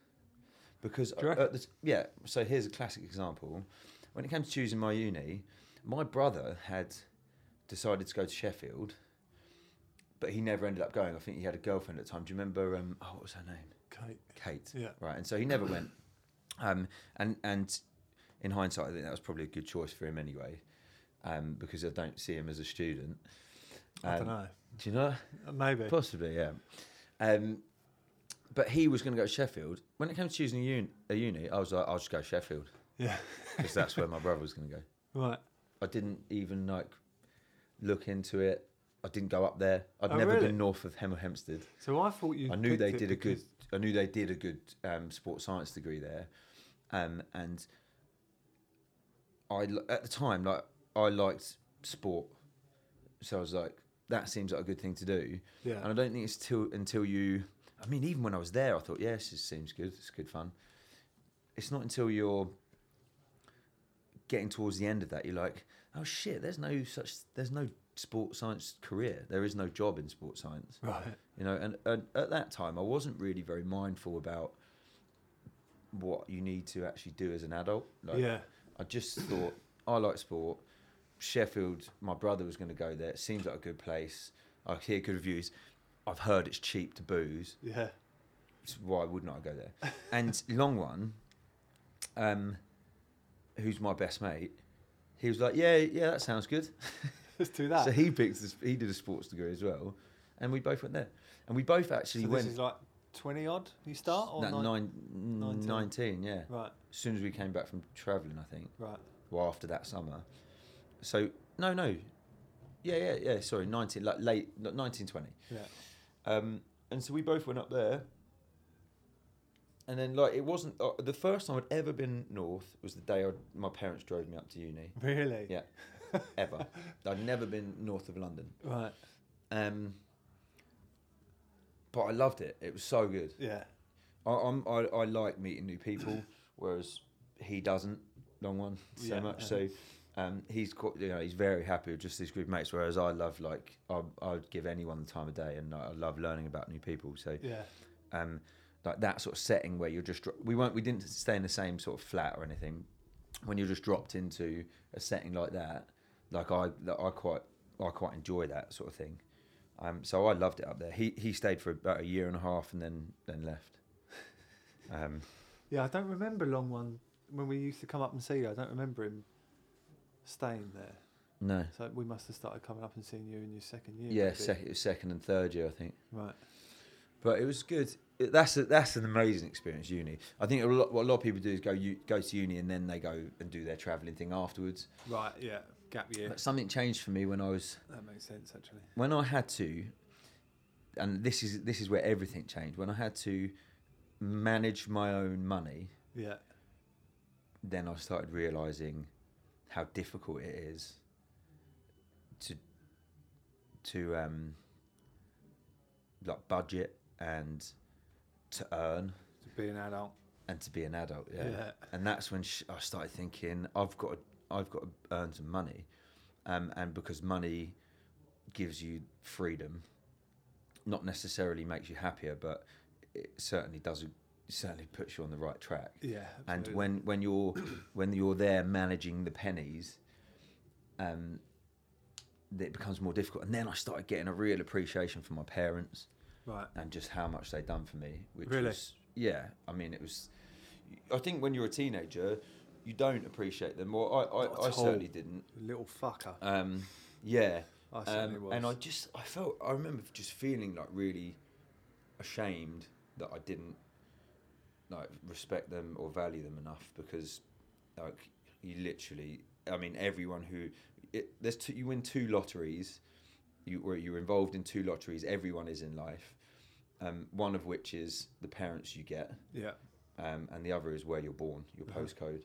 S3: Because
S1: you reckon?
S3: at the t- yeah, so here's a classic example. When it came to choosing my uni, my brother had decided to go to Sheffield, but he never ended up going. I think he had a girlfriend at the time. Do you remember? Um, oh, what was her name?
S1: Kate.
S3: Kate.
S1: Yeah.
S3: Right, and so he never went. Um, and and in hindsight, I think that was probably a good choice for him anyway, um, because I don't see him as a student.
S1: I
S3: Um,
S1: don't know.
S3: Do you know?
S1: Maybe.
S3: Possibly, yeah. Um, but he was going to go to Sheffield. When it came to choosing a uni, a uni I was like, I'll just go Sheffield
S1: Yeah.
S3: because that's where my brother was going to go.
S1: Right.
S3: I didn't even like look into it. I didn't go up there. I'd
S1: Oh,
S3: never
S1: really?
S3: been north of Hemel Hempstead.
S1: So I thought you.
S3: I knew they
S1: picked it
S3: did a good.
S1: because-
S3: I knew they did a good um, sports science degree there, um, and I l- at the time like I liked sport, so I was like, that seems like a good thing to do.
S1: Yeah.
S3: And I don't think it's till until you. I mean, even when I was there, I thought, yes, this seems good. It's good fun. It's not until you're getting towards the end of that you're like, oh shit, there's no such, there's no sports science career. There is no job in sports science
S1: Right.
S3: you know and, and at that time i wasn't really very mindful about what you need to actually do as an adult like
S1: yeah.
S3: i just thought i like sport sheffield my brother was going to go there it seems like a good place i hear good reviews i've heard it's cheap to booze
S1: Yeah.
S3: so why wouldn't i go there and long one um who's my best mate he was like yeah yeah that sounds good
S1: Let's do that.
S3: so he picked this, he did a sports degree as well and we both went there and we both actually
S1: So
S3: went
S1: this is like 20 odd you start or
S3: No,
S1: nine?
S3: nine,
S1: 19?
S3: 19, yeah. As
S1: Right,
S3: soon as we came back from travelling, I think,
S1: right.
S3: well, after that summer. So, no, no. Yeah, yeah, yeah, sorry, 19, like late, not 19, 20.
S1: Yeah.
S3: Um, and so we both went up there. And then, like, it wasn't uh, the first time I'd ever been north was the day I, my parents drove me up to uni,
S1: Really?
S3: Yeah. ever. I'd never been north of London.
S1: Right.
S3: Um, but I loved it, it was so good.
S1: Yeah.
S3: I, I'm, I I like meeting new people, whereas he doesn't. Long one so
S1: Yeah.
S3: much. So um, he's quite, you know he's very happy with just this group of mates. Whereas I love like I I'd give anyone the time of day, and I I love learning about new people. So
S1: Yeah.
S3: um, like that sort of setting where you're just dro- we weren't we didn't stay in the same sort of flat or anything. When you're just dropped into a setting like that, like I that I quite I quite enjoy that sort of thing. Um, so I loved it up there. He he stayed for about a year and a half and then then left. Um,
S1: Yeah, I don't remember Long One. When we used to come up and see you, I don't remember him staying there.
S3: No.
S1: So we must have started coming up and seeing you in your second year.
S3: Yeah,
S1: maybe.
S3: sec- it was second and third year, I think.
S1: Right.
S3: But it was good. It- That's a, that's an amazing experience, uni. I think a lot, what a lot of people do is go u, go to uni and then they go and do their travelling thing afterwards.
S1: Right. Yeah. Gap year.
S3: But something changed for me when I was
S1: That makes sense actually.
S3: when I had to, and this is this is where everything changed. When I had to manage my own money,
S1: Yeah.
S3: then I started realizing how difficult it is to to um, like budget and to earn
S1: To be an adult.
S3: and to be an adult. Yeah,
S1: Yeah.
S3: and that's when sh- I started thinking I've got to, I've got to earn some money, um, and because money gives you freedom, not necessarily makes you happier, but it certainly does certainly puts you on the right track
S1: Yeah.
S3: and
S1: absolutely.
S3: when when you're when you're there managing the pennies um it becomes more difficult and then i started getting a real appreciation for my parents
S1: Right.
S3: and just how much they'd done for me which
S1: Really?
S3: was yeah i mean it was i think when you're a teenager you don't appreciate them or i
S1: Not
S3: i, I
S1: at all.
S3: certainly didn't
S1: Little fucker.
S3: um yeah
S1: I certainly
S3: um,
S1: was.
S3: and I just, I felt, I remember just feeling like really ashamed that I didn't like respect them or value them enough because like you literally, I mean, everyone who it, there's two, you win two lotteries, you or you're involved in two lotteries. Everyone is in life, um, one of which is the parents you get
S1: yeah.
S3: um, and the other is where you're born, your
S1: Mhm.
S3: postcode.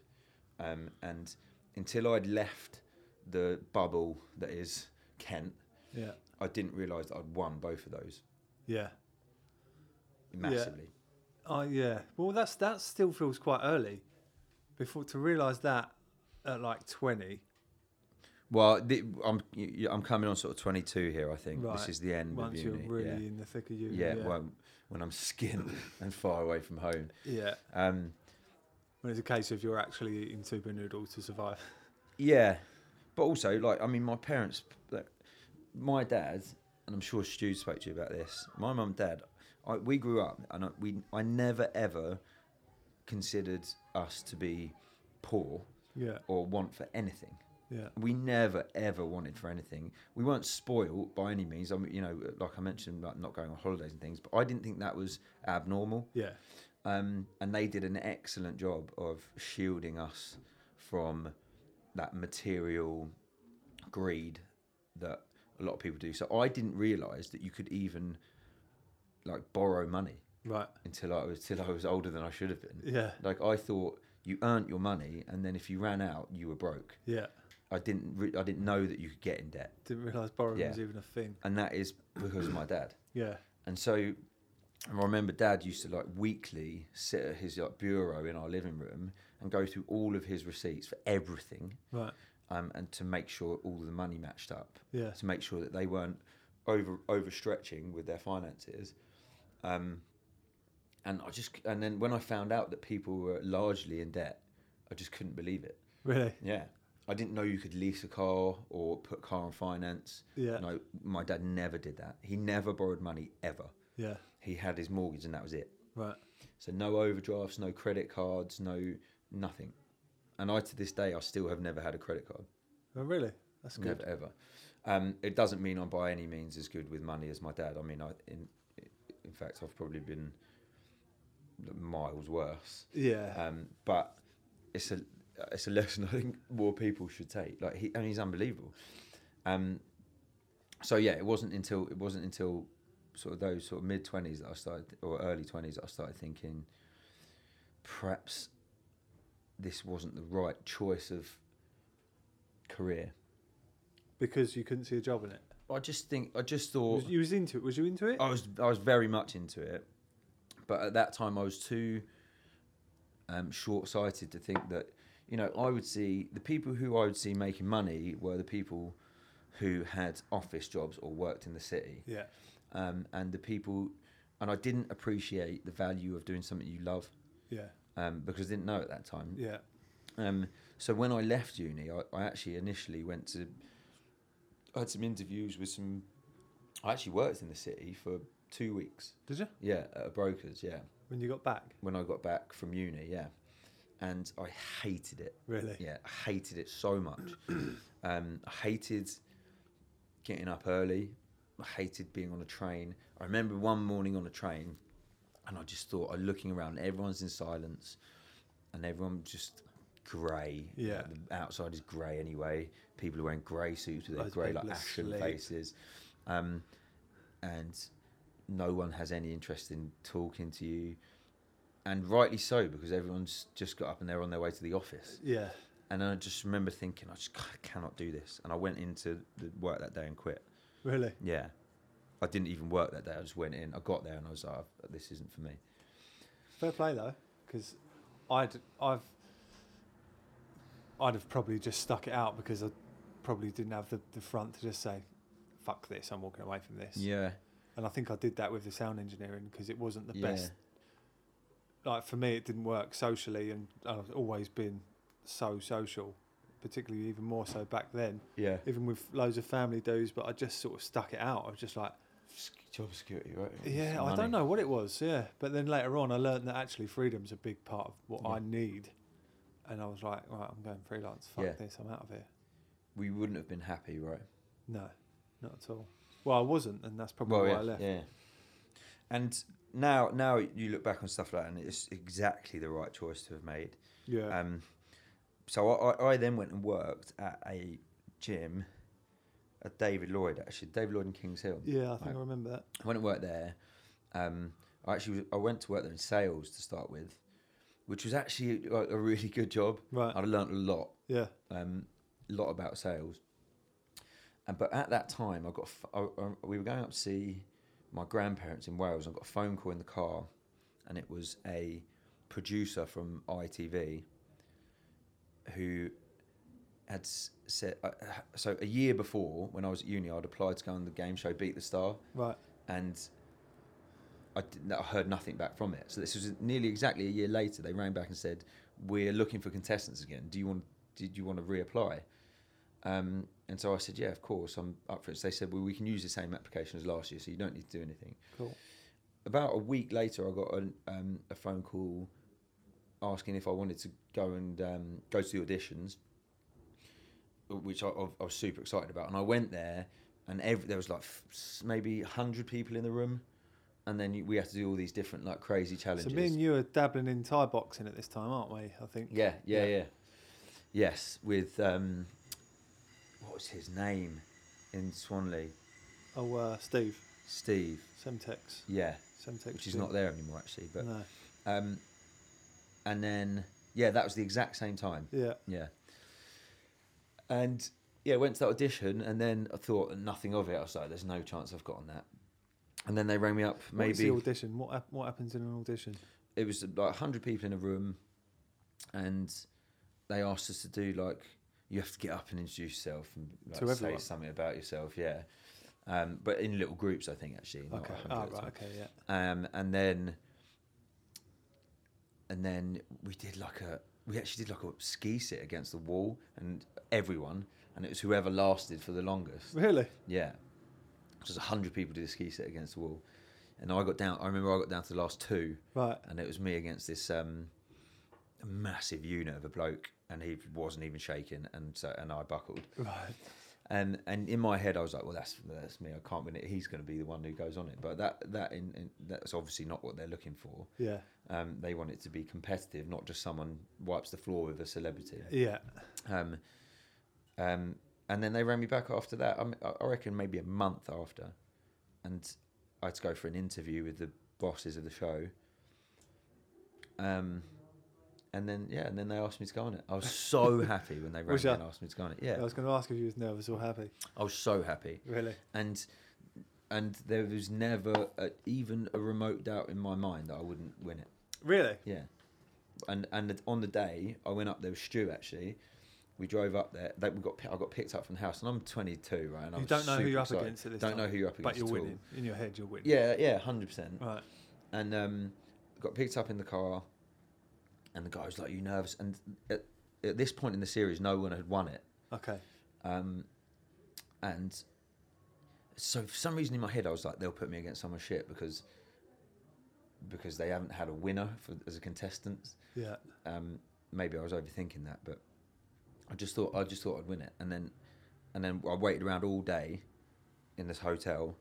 S3: Um, and until I'd left the bubble that is Kent,
S1: Yeah.
S3: I didn't realise that I'd won both of those
S1: Yeah.
S3: massively.
S1: Oh yeah. Well, that's that still feels quite early. Before to realise that at like twenty.
S3: Well, the, I'm you- you- I'm coming on sort of 22 here. I think
S1: Right.
S3: this is the end
S1: Once
S3: of
S1: you're
S3: uni.
S1: really
S3: yeah.
S1: in the thick of uni.
S3: Yeah,
S1: Yeah.
S3: When, when I'm skint and far away from home.
S1: yeah.
S3: Um,
S1: When it's a case of you're actually eating tuba noodles to survive.
S3: yeah, but also like I mean, my parents, like, my dad, and I'm sure Stu spoke to you about this. My mum and dad, I, we grew up, and I, we I never ever considered us to be poor
S1: Yeah.
S3: or want for anything.
S1: Yeah.
S3: We never ever wanted for anything. We weren't spoiled by any means. I mean, you know, like I mentioned, like not going on holidays and things. But I didn't think that was abnormal.
S1: Yeah.
S3: Um, and they did an excellent job of shielding us from that material greed that a lot of people do. So I didn't realise that you could even like borrow money
S1: Right.
S3: until I was till I was older than I should have been.
S1: Yeah.
S3: Like I thought you earned your money, and then if you ran out, you were broke.
S1: Yeah.
S3: I didn't re- I didn't know that you could get in debt,
S1: Didn't realise borrowing
S3: Yeah.
S1: was even a thing.
S3: and that is because of my dad.
S1: Yeah.
S3: And so, and I remember Dad used to like weekly sit at his like bureau in our living room and go through all of his receipts for everything,
S1: Right.
S3: um, and to make sure all the money matched up,
S1: Yeah.
S3: to make sure that they weren't over overstretching with their finances. Um, and I just and then when I found out that people were largely in debt, I just couldn't believe it.
S1: Really.
S3: Yeah. I didn't know you could lease a car or put a car on finance.
S1: Yeah.
S3: No, my dad never did that. He never borrowed money ever.
S1: Yeah.
S3: He had his mortgage and that was it.
S1: Right.
S3: So no overdrafts, no credit cards, no nothing. And I to this day I still have never had a credit card.
S1: Oh, really? That's good.
S3: Never ever. Um, it doesn't mean I'm by any means as good with money as my dad. I mean I in in fact I've probably been miles worse.
S1: Yeah.
S3: Um, but it's a it's a lesson I think more people should take. Like he, and he's unbelievable. Um, so yeah, it wasn't until it wasn't until sort of those sort of mid twenties that I started or early twenties that I started thinking perhaps this wasn't the right choice of career.
S1: because you couldn't see a job in it.
S3: I just think I just thought
S1: Was, you was into it. Was you into it?
S3: I was I was very much into it, but at that time I was too um, short-sighted to think that you know I would see the people who I would see making money were the people who had office jobs or worked in the city,
S1: Yeah.
S3: um, and the people, and I didn't appreciate the value of doing something you love
S1: Yeah.
S3: um, because I didn't know at that time.
S1: Yeah.
S3: Um, so when I left uni, I, I actually initially went to. I had some interviews with some. I actually worked in the city for two weeks.
S1: Did you?
S3: Yeah, at a broker's. Yeah,
S1: When you got back?
S3: when I got back from uni. Yeah, and I hated it.
S1: Really?
S3: Yeah, I hated it so much. um, I hated getting up early. I hated being on a train. I remember one morning on a train, and I just thought, I'm looking around, everyone's in silence, and everyone just grey.
S1: Yeah.
S3: Like, the outside is grey anyway. People are wearing grey suits with their
S1: Loads of
S3: grey, like
S1: people
S3: ashen
S1: asleep.
S3: faces. Um, and no one has any interest in talking to you. And rightly so, because everyone's just got up and they're on their way to the office.
S1: Yeah.
S3: And I just remember thinking, I just I cannot do this. And I went into the work that day and quit.
S1: Really?
S3: Yeah. I didn't even work that day. I just went in. I got there and I was like, "Oh, this isn't for me.
S1: Fair play though, because I'd I've I'd have probably just stuck it out because I probably didn't have the, the front to just say, "Fuck this! I'm walking away from this."
S3: Yeah.
S1: And I think I did that with the sound engineering because it wasn't the
S3: yeah.
S1: best. Like for me, it didn't work socially, and I've always been so social, particularly even more so back then,
S3: Yeah.
S1: even with loads of family dues. But I just sort of stuck it out. I was just like.
S3: Job security, right?
S1: Yeah, I don't know what it was. Yeah, but then later on, I learned that actually freedom's a big part of what I need, and I was like, right, I'm going freelance. Fuck
S3: Yeah.
S1: this, I'm out of here.
S3: We wouldn't have been happy, right?
S1: No, not at all. Well, I wasn't, and that's probably
S3: well,
S1: why
S3: yeah,
S1: I left.
S3: yeah. And now, now you look back on stuff like that, and it's exactly the right choice to have made.
S1: Yeah.
S3: Um, so I, I, I then went and worked at a gym, at David Lloyd actually, David Lloyd in Kings Hill.
S1: yeah, I think
S3: Right.
S1: I remember that.
S3: I went and worked there. Um, I actually was, I went to work there in sales to start with, which was actually like a really good job.
S1: Right.
S3: I learned a lot
S1: Yeah,
S3: um, lot about sales. And but at that time, I got a ph- I, I, we were going up to see my grandparents in Wales. and I got a phone call in the car, and it was a producer from ITV who had s- said uh, so a year before when I was at uni, I'd applied to go on the game show Beat the Star
S1: right.
S3: and I, didn't, I heard nothing back from it. So this was nearly exactly a year later. They rang back and said, "We're looking for contestants again. Do you want? Did you want to reapply?" Um, and so I said, "Yeah, of course, I'm up for it." So they said, "Well, we can use the same application as last year, so you don't need to do anything."
S1: Cool.
S3: About a week later, I got an, um, a phone call asking if I wanted to go and um, go to the auditions, which I, I I was super excited about. And I went there, and every, there was like f- s- maybe hundred people in the room, and then you, we had to do all these different like crazy challenges.
S1: So me and you are dabbling in Thai boxing at this time, aren't we? I think.
S3: yeah, yeah,
S1: Yeah.
S3: yeah, Yes, with um, what was his name in Swanley?
S1: Oh, uh, Steve,
S3: Steve.
S1: Semtex,
S3: Yeah,
S1: Semtex.
S3: which is not there anymore actually, but
S1: No.
S3: um, and then yeah, that was the exact same time.
S1: Yeah.
S3: Yeah. And yeah, went to that audition, and then I thought nothing of it. I was like, "There's no chance I've gotten that." And then they rang me up.
S1: What was the
S3: Maybe
S1: audition. What hap- what happens in an audition?
S3: it was like hundred people in a room, and they asked us to do like you have to get up and introduce yourself and like,
S1: To
S3: say
S1: everyone?
S3: something about yourself. Yeah, um, but in little groups, I think actually. not
S1: Okay.
S3: 100
S1: Oh,
S3: at a
S1: right.
S3: time.
S1: Okay. Yeah.
S3: um, and then and then we did like a we actually did like a ski sit against the wall and everyone and it was whoever lasted for the longest
S1: Really?
S3: yeah so there's 100 people did a ski sit against the wall and i got down i remember i got down to the last two
S1: Right.
S3: and it was me against this um, massive unit of a bloke and he wasn't even shaking and so and i buckled
S1: Right.
S3: and and in my head, I was like, well, that's that's me. I can't win it. He's going to be the one who goes on it. But that that in, in, that's obviously not what they're looking for.
S1: Yeah.
S3: Um, they want it to be competitive, not just someone wipes the floor with a celebrity.
S1: Yeah.
S3: Um, um, and then they rang me back after that. I, mean, I I reckon maybe a month after, and I had to go for an interview with the bosses of the show. Um, and then yeah, and then they asked me to go on it. I was so happy when they rang
S1: Was
S3: me
S1: ya?
S3: and asked me to go on it. Yeah,
S1: I was going to ask if you was nervous or happy.
S3: I was so happy
S1: Really?
S3: and and there was never a, even a remote doubt in my mind that I wouldn't win it.
S1: Really?
S3: Yeah, and and on the day I went up there with Stu actually. We drove up there. That we got pi- I got picked up from the house, and I'm 22, right? And I
S1: You
S3: was
S1: don't know who
S3: super
S1: you're up
S3: excited.
S1: against at this
S3: Don't
S1: time,
S3: know who you're up
S1: But
S3: against
S1: you're
S3: at all.
S1: winning. In your head, you're winning.
S3: Yeah, yeah, hundred percent.
S1: Right.
S3: And um, got picked up in the car, and the guy was like, "You nervous?" And at, at this point in the series, no one had won it.
S1: Okay.
S3: Um, and so for some reason in my head, I was like, they'll put me against someone shit because because they haven't had a winner for, as a contestant.
S1: Yeah.
S3: Um, maybe I was overthinking that, but I just thought I just thought I'd win it, and then and then I waited around all day in this hotel,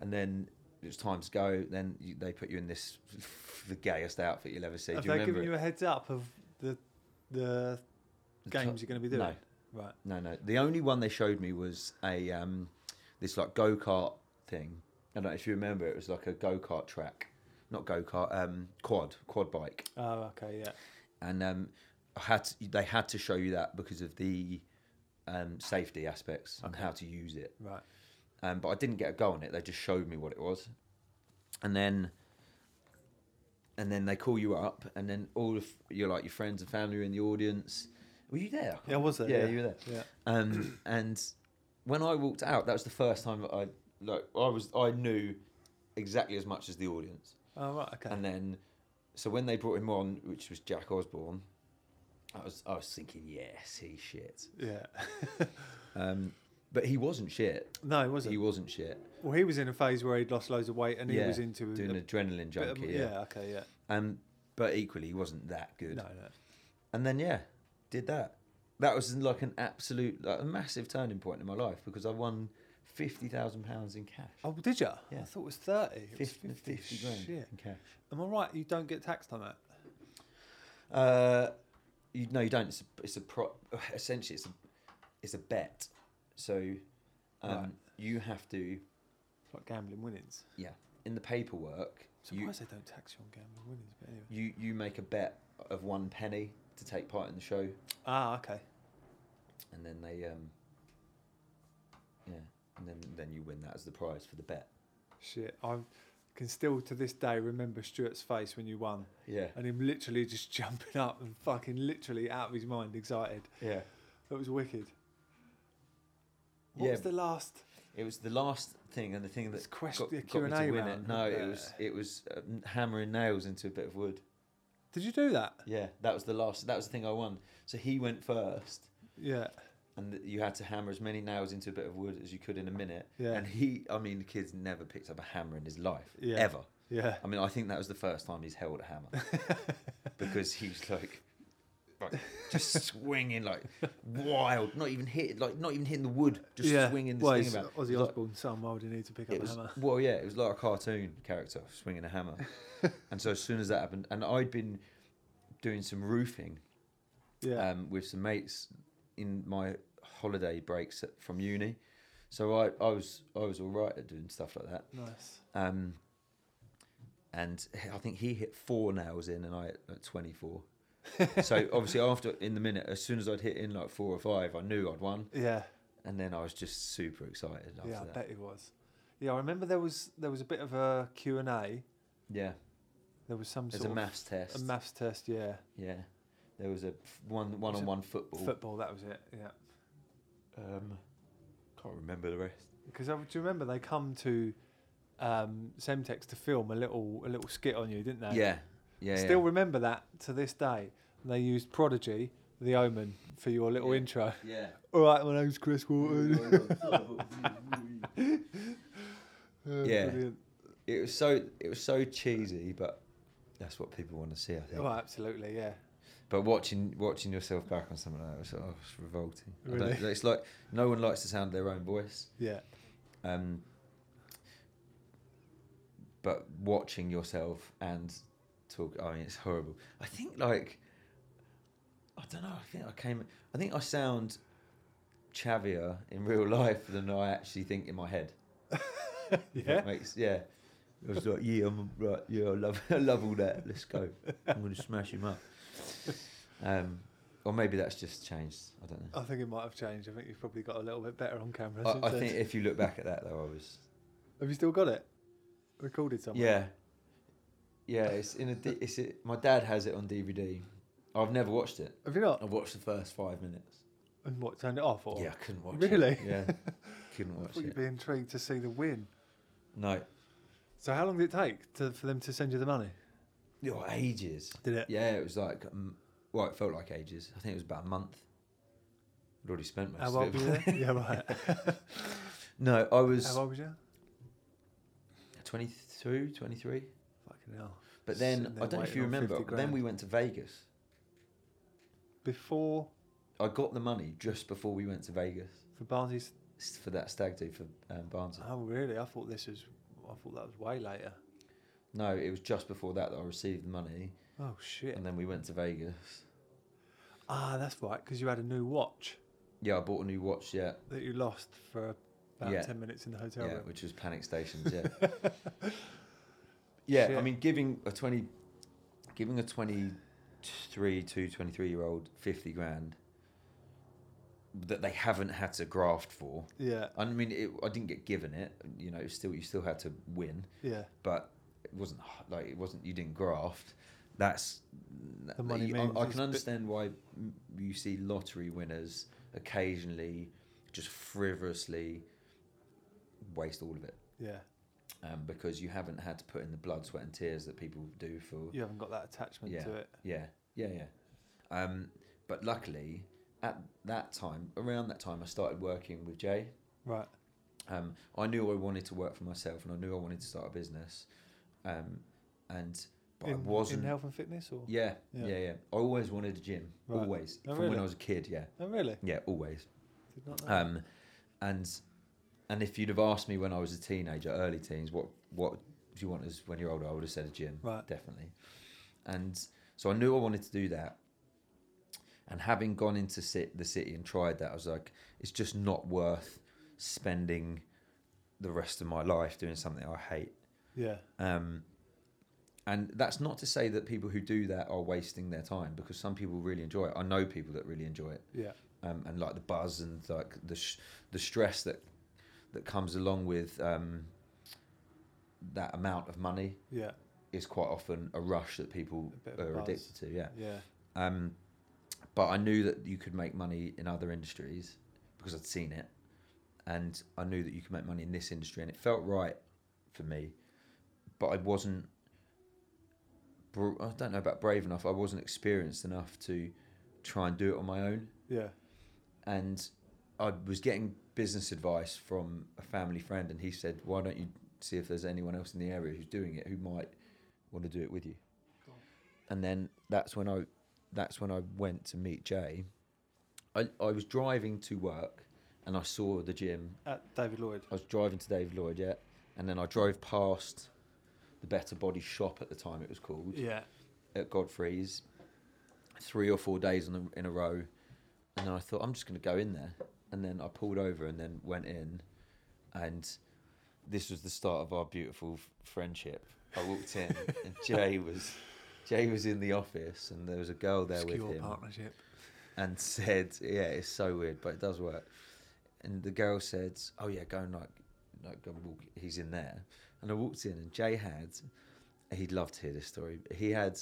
S3: and then it was time to go. Then you, they put you in this the gayest outfit you'll ever see.
S1: Have
S3: Do you
S1: they
S3: remember
S1: given you
S3: it?
S1: a heads up of the the
S3: The
S1: games
S3: top-
S1: you're going to be doing?
S3: No.
S1: Right.
S3: No, no. The only one they showed me was a um, this like go kart thing. I don't know if you remember. It was like a go kart track, not go kart, um, quad, quad bike.
S1: Oh, okay, yeah.
S3: and um, I had to, they had to show you that because of the um, safety aspects and how to use it.
S1: Right.
S3: Um, but I didn't get a go on it. They just showed me what it was, and then and then they call you up, and then all of your like your friends and family are in the audience. Were you there?
S1: Yeah, I was there.
S3: Yeah,
S1: yeah.
S3: you were there.
S1: Yeah.
S3: Um, and when I walked out, that was the first time that I like I was I knew exactly as much as the audience.
S1: Oh, right, okay.
S3: And then, so when they brought him on, which was Jack Osborne, I was I was thinking, yes, he's shit.
S1: yeah.
S3: Um, but he wasn't shit.
S1: No, it wasn't.
S3: He wasn't shit.
S1: well, he was in a phase where he'd lost loads of weight and he
S3: Yeah,
S1: was into
S3: doing
S1: a
S3: adrenaline
S1: bit of-
S3: junkie. yeah.
S1: okay, yeah.
S3: Um, but equally, he wasn't that good.
S1: No, no.
S3: And then yeah, did that. That was like an absolute, like a massive turning point in my life because I won fifty thousand pounds in cash.
S1: Oh, did you? I
S3: Yeah.
S1: thought it was 30. It was
S3: 50,
S1: 50.
S3: 50 grand
S1: Shit.
S3: in cash.
S1: Am I right? You don't get taxed on that?
S3: Uh, you no, you don't. It's a, it's a pro. Essentially, it's a it's a bet. So, um,
S1: Right.
S3: you have to
S1: It's like gambling winnings.
S3: yeah in the paperwork.
S1: I'm
S3: You,
S1: surprised they don't tax you on gambling winnings, but anyway.
S3: you you make a bet of one penny to take part in the show,
S1: Ah, okay.
S3: and then they um yeah, and then then you win that as the prize for the bet.
S1: Shit. I can still to this day remember Stuart's face when you won
S3: Yeah,
S1: and him literally just jumping up and fucking literally out of his mind, excited.
S3: yeah.
S1: That was wicked. What
S3: Yeah,
S1: was the last?
S3: It was the last thing, and the thing
S1: It's
S3: that
S1: quest-
S3: got,
S1: the
S3: got me
S1: Q&A
S3: to win
S1: round,
S3: it. No,
S1: uh,
S3: it was it was uh, hammering nails into a bit of wood.
S1: Did you do that?
S3: Yeah, that was the last. That was the thing I won. So he went first,
S1: Yeah.
S3: and th- you had to hammer as many nails into a bit of wood as you could in a minute.
S1: Yeah.
S3: And he, I mean, the kid's never picked up a hammer in his life
S1: Yeah.
S3: ever.
S1: Yeah.
S3: I mean, I think that was the first time he's held a hammer because he's like, like just swinging like wild, not even hit, like not even hitting the wood, just
S1: yeah.
S3: swinging this
S1: well,
S3: thing
S1: it's
S3: about.
S1: Ozzy
S3: Like,
S1: Osbourne, son, why would he need to pick up
S3: it
S1: a
S3: was,
S1: hammer?
S3: Well, yeah, it was like a cartoon character swinging a hammer. and so as soon as that happened, and I'd been doing some roofing
S1: Yeah.
S3: um, with some mates in my holiday breaks at, from uni. So I, I was I was all right at doing stuff like that.
S1: nice.
S3: Um, and I think he hit four nails in, and I hit like, 24. so obviously after in the minute, as soon as I'd hit in like four or five, I knew I'd won,
S1: Yeah.
S3: and then I was just super excited after
S1: Yeah, I
S3: that.
S1: bet it was. Yeah, I remember there was there was a bit of a Q and A.
S3: Yeah,
S1: There was some
S3: there's
S1: sort
S3: a
S1: of
S3: maths test.
S1: a maths test. Yeah,
S3: yeah, there was a f- one one on one football.
S1: football. That was it. Yeah,
S3: um, can't remember the rest.
S1: because do you remember they come to um, Semtex to film a little a little skit on you, didn't they?
S3: Yeah, yeah.
S1: Still
S3: yeah.
S1: remember that to this day. And they used Prodigy, The Omen, for your little
S5: Yeah.
S1: intro.
S5: Yeah.
S1: All right, my name's Chris Walton. Uh,
S3: Yeah.
S1: brilliant.
S3: It was so it was so cheesy, but that's what people want to see, I think.
S1: Oh, absolutely. Yeah.
S3: But watching watching yourself back on something like that was, oh, it's revolting. I don't-
S1: Really?
S3: It's like no one likes the sound of their own voice.
S1: Yeah.
S3: Um, but watching yourself and talk, I mean, it's horrible. I think like I don't know. I think I came. I think I sound chavier in real life than I actually think in my head. If
S1: Yeah.
S3: that makes- yeah. I was like, yeah, I'm right. Yeah, I love, I love all that. Let's go. I'm gonna smash him up. Um, or maybe that's just changed. I don't know.
S1: I think it might have changed. I think you've probably got a little bit better on camera. since
S3: I, I
S1: then.
S3: think if you look back at that, though, I was.
S1: Have you still got it? Recorded somewhere?
S3: Yeah. Yeah, it's in a. D- It's a, my dad has it on DVD. I've never watched it.
S1: Have you not?
S3: I watched the first five minutes.
S1: And what, turned it off? Or?
S3: Yeah, I couldn't watch it.
S1: Really?
S3: Yeah, couldn't
S1: I
S3: watch
S1: thought you'd
S3: it.
S1: be intrigued to see the win.
S3: No,
S1: So how long did it take to, for them to send you the money?
S3: oh, ages.
S1: Did it?
S3: Yeah, it was like, um, well, it felt like ages. I think it was about a month. I'd already spent most
S1: How
S3: of
S1: old
S3: it.
S1: were you? then? yeah, right.
S3: No, I was
S1: How old was you?
S3: 22, 23.
S1: Fucking hell.
S3: But
S1: Sitting
S3: then, I
S1: there
S3: don't know if
S1: waiting
S3: you
S1: on
S3: remember,
S1: 50
S3: then
S1: grand.
S3: we went to Vegas
S1: before
S3: I got the money just before we went to Vegas
S1: for Barnsley's.
S3: s- for that stag do for um, Barnes.
S1: Oh, really? I thought this was. I thought that was way later.
S3: No, it was just before that that I received the money,
S1: Oh shit!
S3: and then we went to Vegas.
S1: Ah, that's right. Because you had a new watch
S3: Yeah, I bought a new watch. Yeah,
S1: that you lost for about
S3: Yeah.
S1: ten minutes in the hotel
S3: yeah,
S1: room.
S3: which was Panic Stations. Yeah, yeah. I
S1: Shit.
S3: mean, giving a twenty, giving a twenty-three to twenty-three year old fifty grand that they haven't had to graft for.
S1: Yeah,
S3: I mean, it, I didn't get given it. You know, it was still you still had to win,
S1: yeah.
S3: but it wasn't h- like it wasn't you didn't graft. That's
S1: The money
S3: I-
S1: means
S3: I,
S1: it's
S3: can
S1: bi-
S3: understand why m- you see lottery winners occasionally just frivolously waste all of it
S1: Yeah,
S3: um, because you haven't had to put in the blood, sweat, and tears that people do for
S1: you haven't got that attachment
S3: Yeah.
S1: to it.
S3: yeah, yeah, yeah. Um, but luckily, at that time, around that time, I started working with Jay.
S1: Right.
S3: Um, I knew I wanted to work for myself, and I knew I wanted to start a business. Um, and but
S1: in,
S3: I
S1: in
S3: wasn't.
S1: health and fitness, or
S3: yeah,
S1: Yeah.
S3: yeah, yeah, I always wanted a gym.
S1: Right.
S3: Always
S1: Oh,
S3: from when
S1: really?
S3: I was a kid. Yeah,
S1: oh really?
S3: yeah, always.
S1: Did not know.
S3: Um, and and if you'd have asked me when I was a teenager, early teens, what what do you want as when you're older, I would have said a gym,
S1: Right.
S3: definitely. And so I knew I wanted to do that. And having gone into sit, the city and tried that, I was like, it's just not worth spending the rest of my life doing something I hate.
S1: yeah,
S3: Um, and that's not to say that people who do that are wasting their time because some people really enjoy it. I know people that really enjoy it
S1: yeah,
S3: um, and like the buzz and like the sh- the stress that that comes along with um, that amount of money
S1: yeah,
S3: is quite often a rush that people
S1: A bit of a
S3: are
S1: buzz.
S3: addicted to. Yeah,
S1: yeah,
S3: um, but I knew that you could make money in other industries because I'd seen it, and I knew that you could make money in this industry, and it felt right for me. But I wasn't. br- I don't know about brave enough. I wasn't experienced enough to try and do it on my own
S1: yeah.
S3: and I was getting business advice from a family friend, and he said, "Why don't you see if there's anyone else in the area who's doing it who might want to do it with you?" And then that's when I, that's when I went to meet Jay. I, I was driving to work, and I saw the gym.
S1: At David Lloyd.
S3: I was driving to David Lloyd, yeah, and then I drove past the Better Body Shop at the time it was called
S1: Yeah,
S3: at Godfrey's three or four days in a, in a row, and then I thought I'm just going to go in there, and then I pulled over and then went in, and this was the start of our beautiful f- friendship. I walked in and Jay was Jay was in the office, and there was a girl there
S1: obscure
S3: with him,
S1: partnership.
S3: and said, "Yeah, it's so weird, but it does work." And the girl said, "Oh yeah, go and like, like go and walk. He's in there." And I walked in, and Jay had, he'd love to hear this story. He had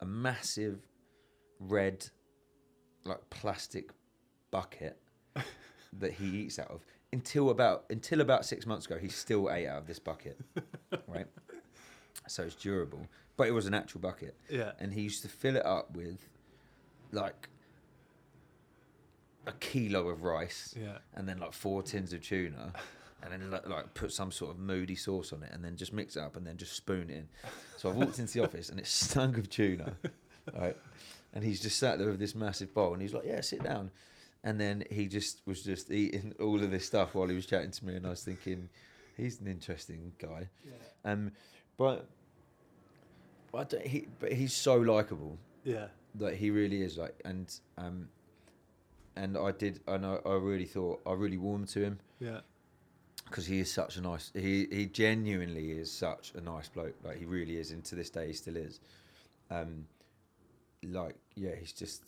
S3: a massive red, like plastic bucket that he eats out of. Until about until about six months ago, he still ate out of this bucket, right? So it's durable, but it was an actual bucket
S1: Yeah,
S3: and he used to fill it up with like a kilo of rice
S1: yeah,
S3: and then like four tins of tuna and then like, like put some sort of moody sauce on it and then just mix it up and then just spoon it in so i walked into the office and it stunk of tuna right and he's just sat there with this massive bowl and he's like yeah sit down and then he just was just eating all of this stuff while he was chatting to me and i was thinking he's an interesting guy um but but, I don't- he, but he's so likable
S1: yeah,
S3: like he really is like and um and i did and i, I really thought i really warmed to him
S1: yeah,
S3: because he is such a nice he he genuinely is such a nice bloke like he really is and to this day he still is um like yeah he's just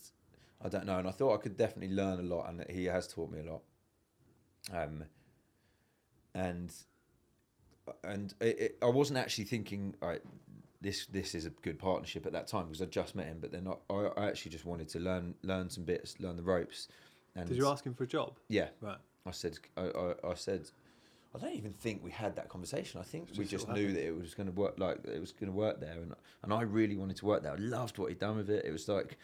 S3: i don't know and i thought i could definitely learn a lot and he has taught me a lot um and and it, it, i wasn't actually thinking all right this this is a good partnership at that time because i just met him but then i, I I actually just wanted to learn learn some bits learn the ropes and
S1: Did you ask him for a job?
S3: yeah
S1: Right.
S3: I said, I, I, I said, I don't even think we had that conversation. I think
S1: It's
S3: we
S1: just
S3: just
S1: sort of
S3: knew that it was going to work, like that it was going to work there, and and I really wanted to work there. I loved what he'd done with it. It was like,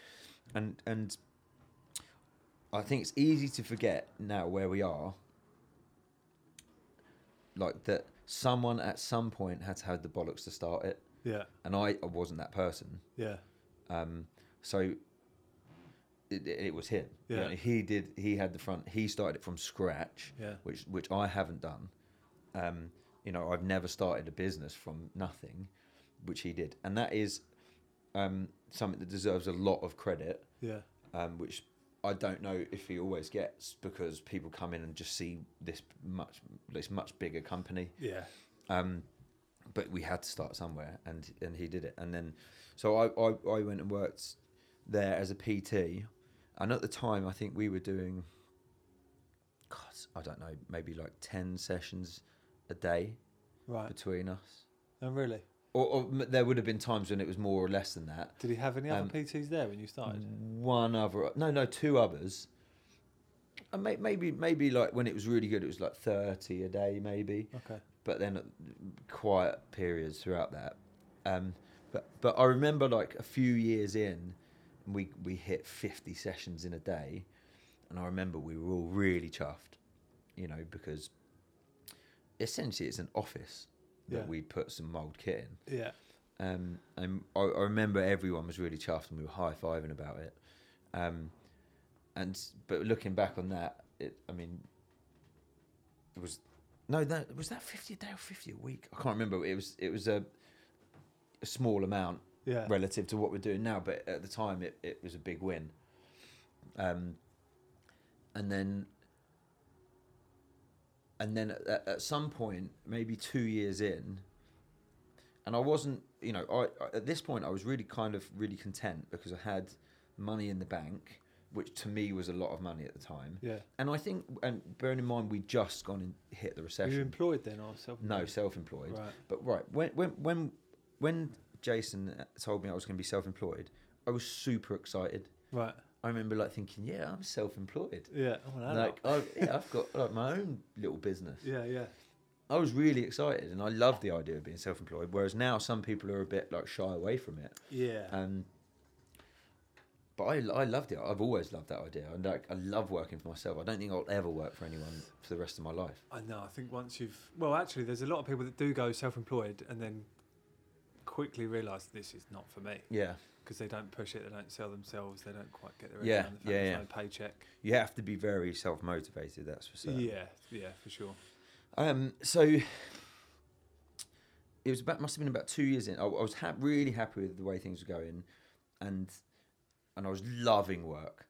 S3: and and I think it's easy to forget now where we are. Like that, someone at some point had to have the bollocks to start it,
S1: Yeah,
S3: and I, I wasn't that person.
S1: yeah,
S3: Um, so Um, it, it was him. You
S1: Yeah.
S3: know, he did. He had the front. He started it from scratch,
S1: Yeah.
S3: which which I haven't done. Um, you know, I've never started a business from nothing, which he did, and that is um, something that deserves a lot of credit
S1: Yeah.
S3: um, which I don't know if he always gets because people come in and just see this much this much bigger company.
S1: Yeah.
S3: Um, but we had to start somewhere, and and he did it. And then, so I, I, I went and worked there as a PT, and at the time I think we were doing, God, I don't know, maybe like ten sessions a day
S1: Right.
S3: between us.
S1: And really,
S3: Or, or m- there would have been times when it was more or less than that.
S1: did he have any other
S3: Um, Mm.
S1: PTs there when you started?
S3: One other, no, no, two others. And may, maybe, maybe like when it was really good, it was like thirty a day, maybe.
S1: Okay.
S3: But then quiet periods throughout that. Um, but but I remember like a few years in, we we hit fifty sessions in a day, and I remember we were all really chuffed, you know, because essentially it's an office that
S1: Yeah.
S3: we put some mold kit in.
S1: Yeah.
S3: Um, and I, I remember everyone was really chuffed and we were high fiving about it. Um, and but looking back on that, it I mean, it was no that was that fifty a day or fifty a week? I can't remember. It was it was a a small amount
S1: Yeah.
S3: relative to what we're doing now, but at the time it, it was a big win. Um, and then and then at, at some point, maybe two years in, and I wasn't, you know, I, I at this point I was really kind of really content because I had money in the bank, which to me was a lot of money at the time.
S1: Yeah.
S3: And I think, and bearing in mind we just gone and hit the
S1: Were you
S3: recession.
S1: employed then or self?
S3: no, self-employed.
S1: Right.
S3: But right, when when when when Jason told me I was going to be self-employed, I was super excited.
S1: Right.
S3: I remember like thinking, yeah, I'm self-employed.
S1: Yeah. Oh, well,
S3: Like, I've, yeah, I've got like my own little business.
S1: yeah. Yeah.
S3: I was really excited, and I love the idea of being self-employed. Whereas now, some people are a bit like shy away from it.
S1: Yeah.
S3: Um, but I, I loved it. I've always loved that idea, and like I love working for myself. I don't think I'll ever work for anyone for the rest of my life.
S1: I know. I think once you've well, actually, there's a lot of people that do go self-employed and then quickly realise this is not for me
S3: Yeah,
S1: because they don't push it, they don't sell themselves, they don't quite get their
S3: Yeah,
S1: head around the fact
S3: yeah,
S1: there's
S3: yeah.
S1: no paycheck.
S3: you have to be very self-motivated. That's for certain.
S1: Yeah, yeah, for sure.
S3: Um, so it was about must have been about two years in. I, I was hap really happy with the way things were going, and and I was loving work.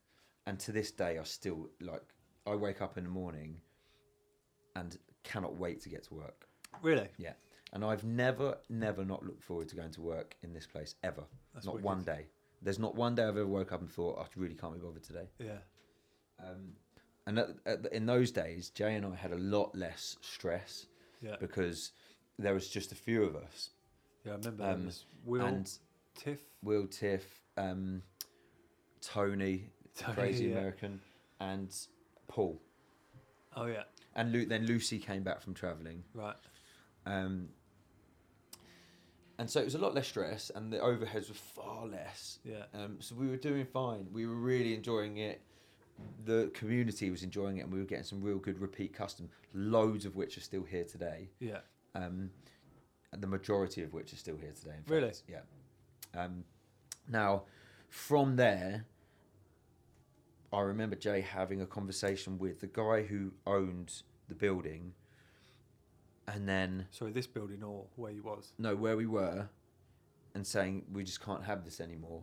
S3: And to this day, I still like. I wake up in the morning and cannot wait to get to work.
S1: Really,
S3: Yeah, and I've never, never not looked forward to going to work in this place ever.
S1: That's
S3: not
S1: wicked.
S3: one day. There's not one day I've ever woke up and thought I really can't be bothered today.
S1: yeah,
S3: Um, and at, at, the- in those days, Jay and I had a lot less stress
S1: yeah,
S3: because there was just a few of us.
S1: yeah. I remember
S3: um,
S1: um, Will
S3: And
S1: Tiff,
S3: Will Tiff, um, Tony,
S1: Tony,
S3: crazy
S1: yeah.
S3: American, and Paul.
S1: Oh yeah,
S3: And Lu- then Lucy came back from travelling.
S1: right.
S3: Um, and so it was a lot less stress, and the overheads were far less.
S1: Yeah,
S3: Um, so we were doing fine. We were really enjoying it. The community was enjoying it, and we were getting some real good repeat custom, loads of which are still here today.
S1: yeah,
S3: um, the majority of which are still here today. In fact.
S1: Really?
S3: Yeah. Um, now, from there, I remember Jay having a conversation with the guy who owned the building, and then
S1: sorry, this building or where you was.
S3: no, where we were, and saying we just can't have this anymore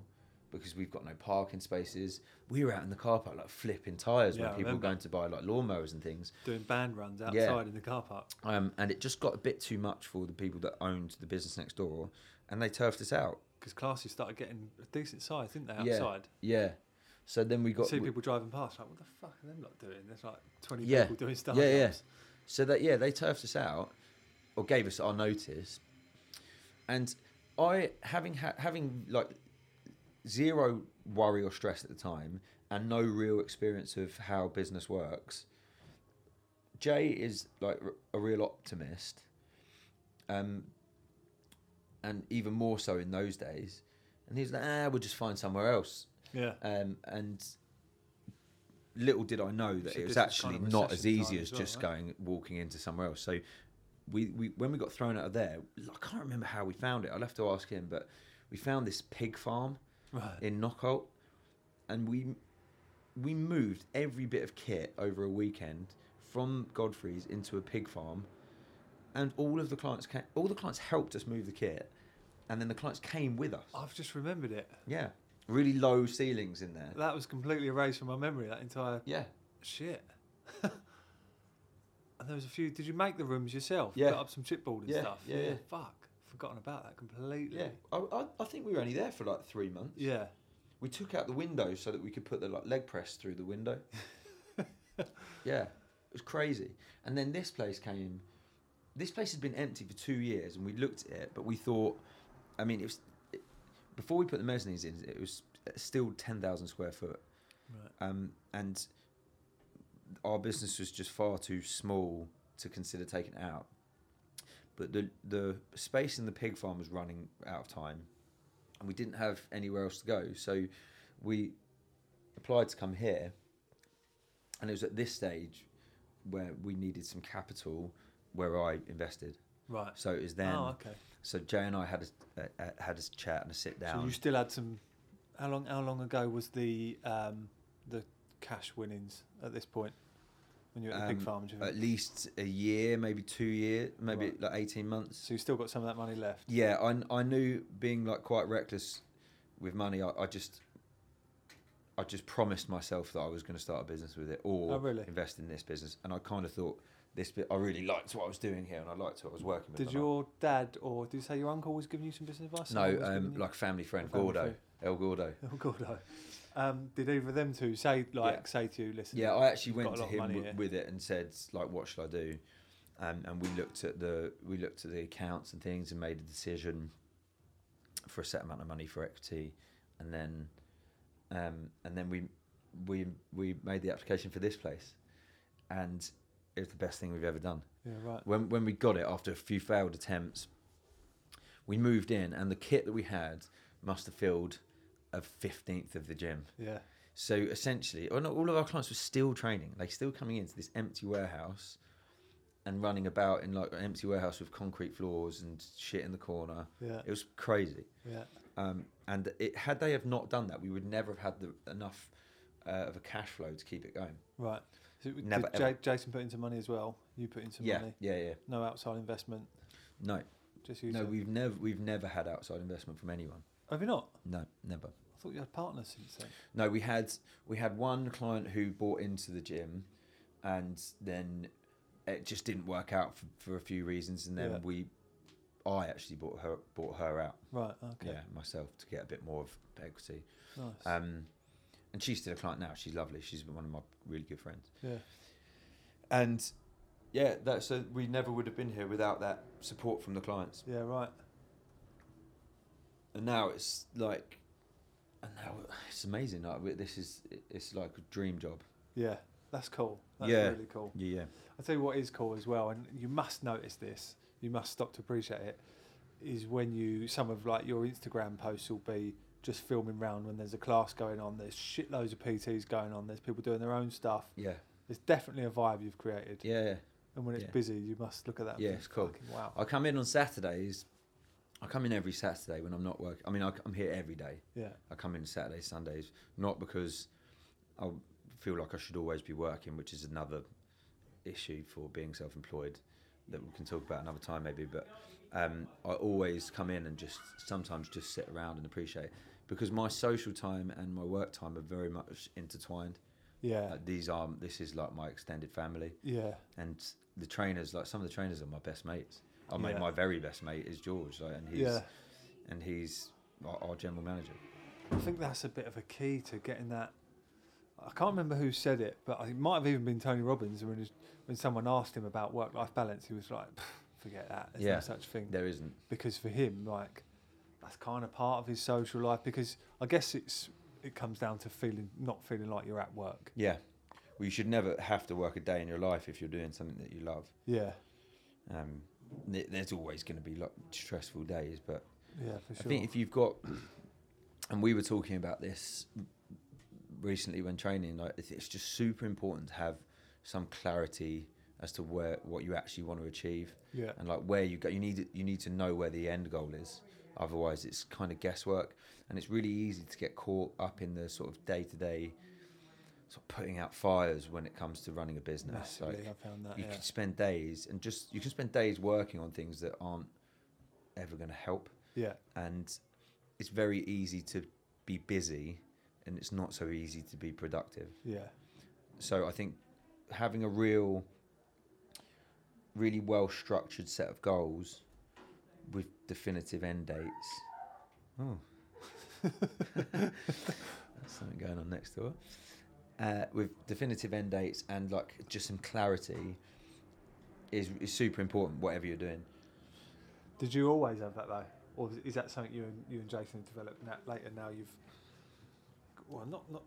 S3: because we've got no parking spaces. We were out in the car park like flipping tires
S1: Yeah, I
S3: when people were
S1: remember.
S3: going to buy like lawnmowers and things.
S1: Doing band runs outside
S3: Yeah.
S1: in the car park.
S3: um, and it just got a bit too much for the people that owned the business next door, and they turfed us out.
S1: Because classes started getting a decent size, didn't they?
S3: Yeah.
S1: Outside,
S3: Yeah. So then we got
S1: see
S3: we-
S1: people driving past, like, what the fuck are them lot doing? There's like twenty
S3: Yeah.
S1: people doing stuff.
S3: Yeah, yeah. so that yeah they turfed us out, or gave us our notice, and I having ha- having like zero worry or stress at the time, and no real experience of how business works. Jay is like r- a real optimist, um, and even more so in those days. And he's like, ah, we'll just find somewhere else.
S1: yeah.
S3: um, and little did I know that
S1: So
S3: it was
S1: this is
S3: actually
S1: kind of
S3: not
S1: recession
S3: as easy
S1: time
S3: as
S1: as well,
S3: just
S1: right?
S3: going walking into somewhere else. So we, we when we got thrown out of there, I can't remember how we found it. I'll have to ask him, but we found this pig farm
S1: Right.
S3: in Knockout, and we we moved every bit of kit over a weekend from Godfrey's into a pig farm, and all of the clients came, all the clients helped us move the kit, and then the clients came with us.
S1: I've just remembered it.
S3: Yeah, really low ceilings in there.
S1: That was completely erased from my memory. That entire
S3: Yeah,
S1: shit. and there was a few. Did you make the rooms yourself?
S3: Yeah.
S1: Put up some chipboard and
S3: Yeah,
S1: stuff.
S3: yeah, yeah.
S1: Fuck. Forgotten about that completely.
S3: yeah. I, I, I think we were only there for like three months.
S1: Yeah.
S3: We took out the window so that we could put the like, leg press through the window. yeah, it was crazy. And then this place came. This place had been empty for two years, and we looked at it, but we thought, I mean, it was it, before we put the mezzanines in. It was still ten thousand square foot,
S1: Right.
S3: um, and our business was just far too small to consider taking it out. But the the space in the pig farm was running out of time, and we didn't have anywhere else to go. So we applied to come here, and it was at this stage where we needed some capital, where I invested.
S1: Right.
S3: So it was then.
S1: oh, okay.
S3: So Jay and I had a, a, a had a chat and a sit
S1: So
S3: down.
S1: you still had some. How long? How long ago was the um, the cash winnings at this point when you were at the pig
S3: Um,
S1: farm? Do you think?
S3: at least a year, maybe two years, maybe
S1: Right.
S3: like eighteen months.
S1: so you still got some of that money left.
S3: Yeah, I, I knew being like quite reckless with money. I, I just I just promised myself that I was going to start a business with it or
S1: Oh, really?
S3: invest in this business, and I kind of thought this bit. I really liked what I was doing here, and I liked what I was working with.
S1: Did
S3: and I-
S1: your dad or did you say your uncle was giving you some business advice? Someone
S3: no
S1: was
S3: um,
S1: giving you-
S3: like family friend
S1: Family
S3: Gordo
S1: friend.
S3: El Gordo?
S1: Oh God, no. Um, did either of them two say like
S3: Yeah.
S1: say to you, listen?
S3: Yeah, I actually
S1: you've got
S3: went
S1: a
S3: to
S1: lot of
S3: him
S1: money
S3: w-
S1: here.
S3: with it and said like, what should I do? Um, and we looked at the we looked at the accounts and things and made a decision for a set amount of money for equity, and then um, and then we we we made the application for this place, and it was the best thing we've ever done.
S1: yeah, right.
S3: When when we got it after a few failed attempts, we moved in and the kit that we had must have filled a fifteenth of the gym.
S1: Yeah,
S3: So essentially, well, not all of our clients were still training, like still coming into this empty warehouse and running about in like an empty warehouse with concrete floors and shit in the corner.
S1: yeah,
S3: It was crazy.
S1: yeah.
S3: Um, and it, had they have not done that, we would never have had the, enough uh, of a cash flow to keep it going.
S1: Right. So w-
S3: Never,
S1: did Ja- Jason put in some money as well? You put in some
S3: yeah,
S1: money.
S3: yeah, yeah.
S1: No outside investment.
S3: No,
S1: Just you.
S3: no,
S1: two.
S3: we've never we've never had outside investment from anyone.
S1: Have you not?
S3: No, never.
S1: I thought you had partners since then.
S3: No, we had we had one client who bought into the gym, and then it just didn't work out for, for a few reasons, and then
S1: Yeah.
S3: we, I actually bought her bought her out,
S1: Right. Okay.
S3: yeah, myself to get a bit more of equity.
S1: Nice.
S3: Um, and she's still a client now. She's lovely. She's one of my really good friends.
S1: yeah.
S3: And yeah, that so we never would have been here without that support from the clients.
S1: Yeah. Right.
S3: and now it's like, and now it's amazing. Like we- this is it's like a dream job.
S1: Yeah. That's cool. That's
S3: Yeah.
S1: really cool.
S3: Yeah, yeah.
S1: I'll tell you what is cool as well, and you must notice this, you must stop to appreciate it, is when you, some of like your Instagram posts will be just filming round when there's a class going on, there's shitloads of PTs going on, there's people doing their own stuff.
S3: Yeah,
S1: It's definitely a vibe you've created.
S3: yeah, yeah.
S1: And when it's
S3: Yeah.
S1: busy, you must look at that. and
S3: Yeah,
S1: think,
S3: it's cool.
S1: "Fucking Wow.
S3: I come in on Saturdays. I come in every Saturday when I'm not working. I mean, I, am here every day.
S1: Yeah.
S3: I come in Saturdays, Sundays, not because I feel like I should always be working, which is another issue for being self-employed that we can talk about another time maybe. But um, I always come in and just sometimes just sit around and appreciate because my social time and my work time are very much intertwined.
S1: Yeah.
S3: Like, these are this is like my extended family
S1: Yeah.
S3: and the trainers like some of the trainers are my best mates. I mean,
S1: Yeah.
S3: my very best mate is George, like, and he's
S1: Yeah.
S3: and he's our, our general manager.
S1: I think that's a bit of a key to getting that. I can't remember who said it, but I- it might have even been Tony Robbins when, his- when someone asked him about work life balance. He was like, forget that. There's
S3: Yeah.
S1: no such thing.
S3: There isn't.
S1: because for him, like that's kind of part of his social life. Because I guess it's it comes down to feeling not feeling like you're at work.
S3: Yeah, well, you should never have to work a day in your life if you're doing something that you love.
S1: Yeah,
S3: Um, th- there's always going to be like stressful days, but
S1: yeah, for
S3: I
S1: sure.
S3: think if you've got, and we were talking about this recently when training, like it's- it's just super important to have some clarity as to where what you actually want to achieve.
S1: yeah,
S3: and like where you go you need you need to know where the end goal is otherwise it's kind of guesswork and it's really easy to get caught up in the sort of day-to-day sort of putting out fires when it comes to running a business.
S1: Massively,
S3: Like,
S1: I found that.
S3: you
S1: yeah.
S3: can spend days and just you can spend days working on things that aren't ever going to help
S1: yeah,
S3: and it's very easy to be busy and it's not so easy to be productive
S1: yeah,
S3: so i think having a real really well structured set of goals with definitive end dates oh that's something going on next door uh, with definitive end dates and like just some clarity is, is super important whatever you're doing
S1: Did you always have that though, or is- is that something you and you and Jason have developed now, later? Now you've well, not not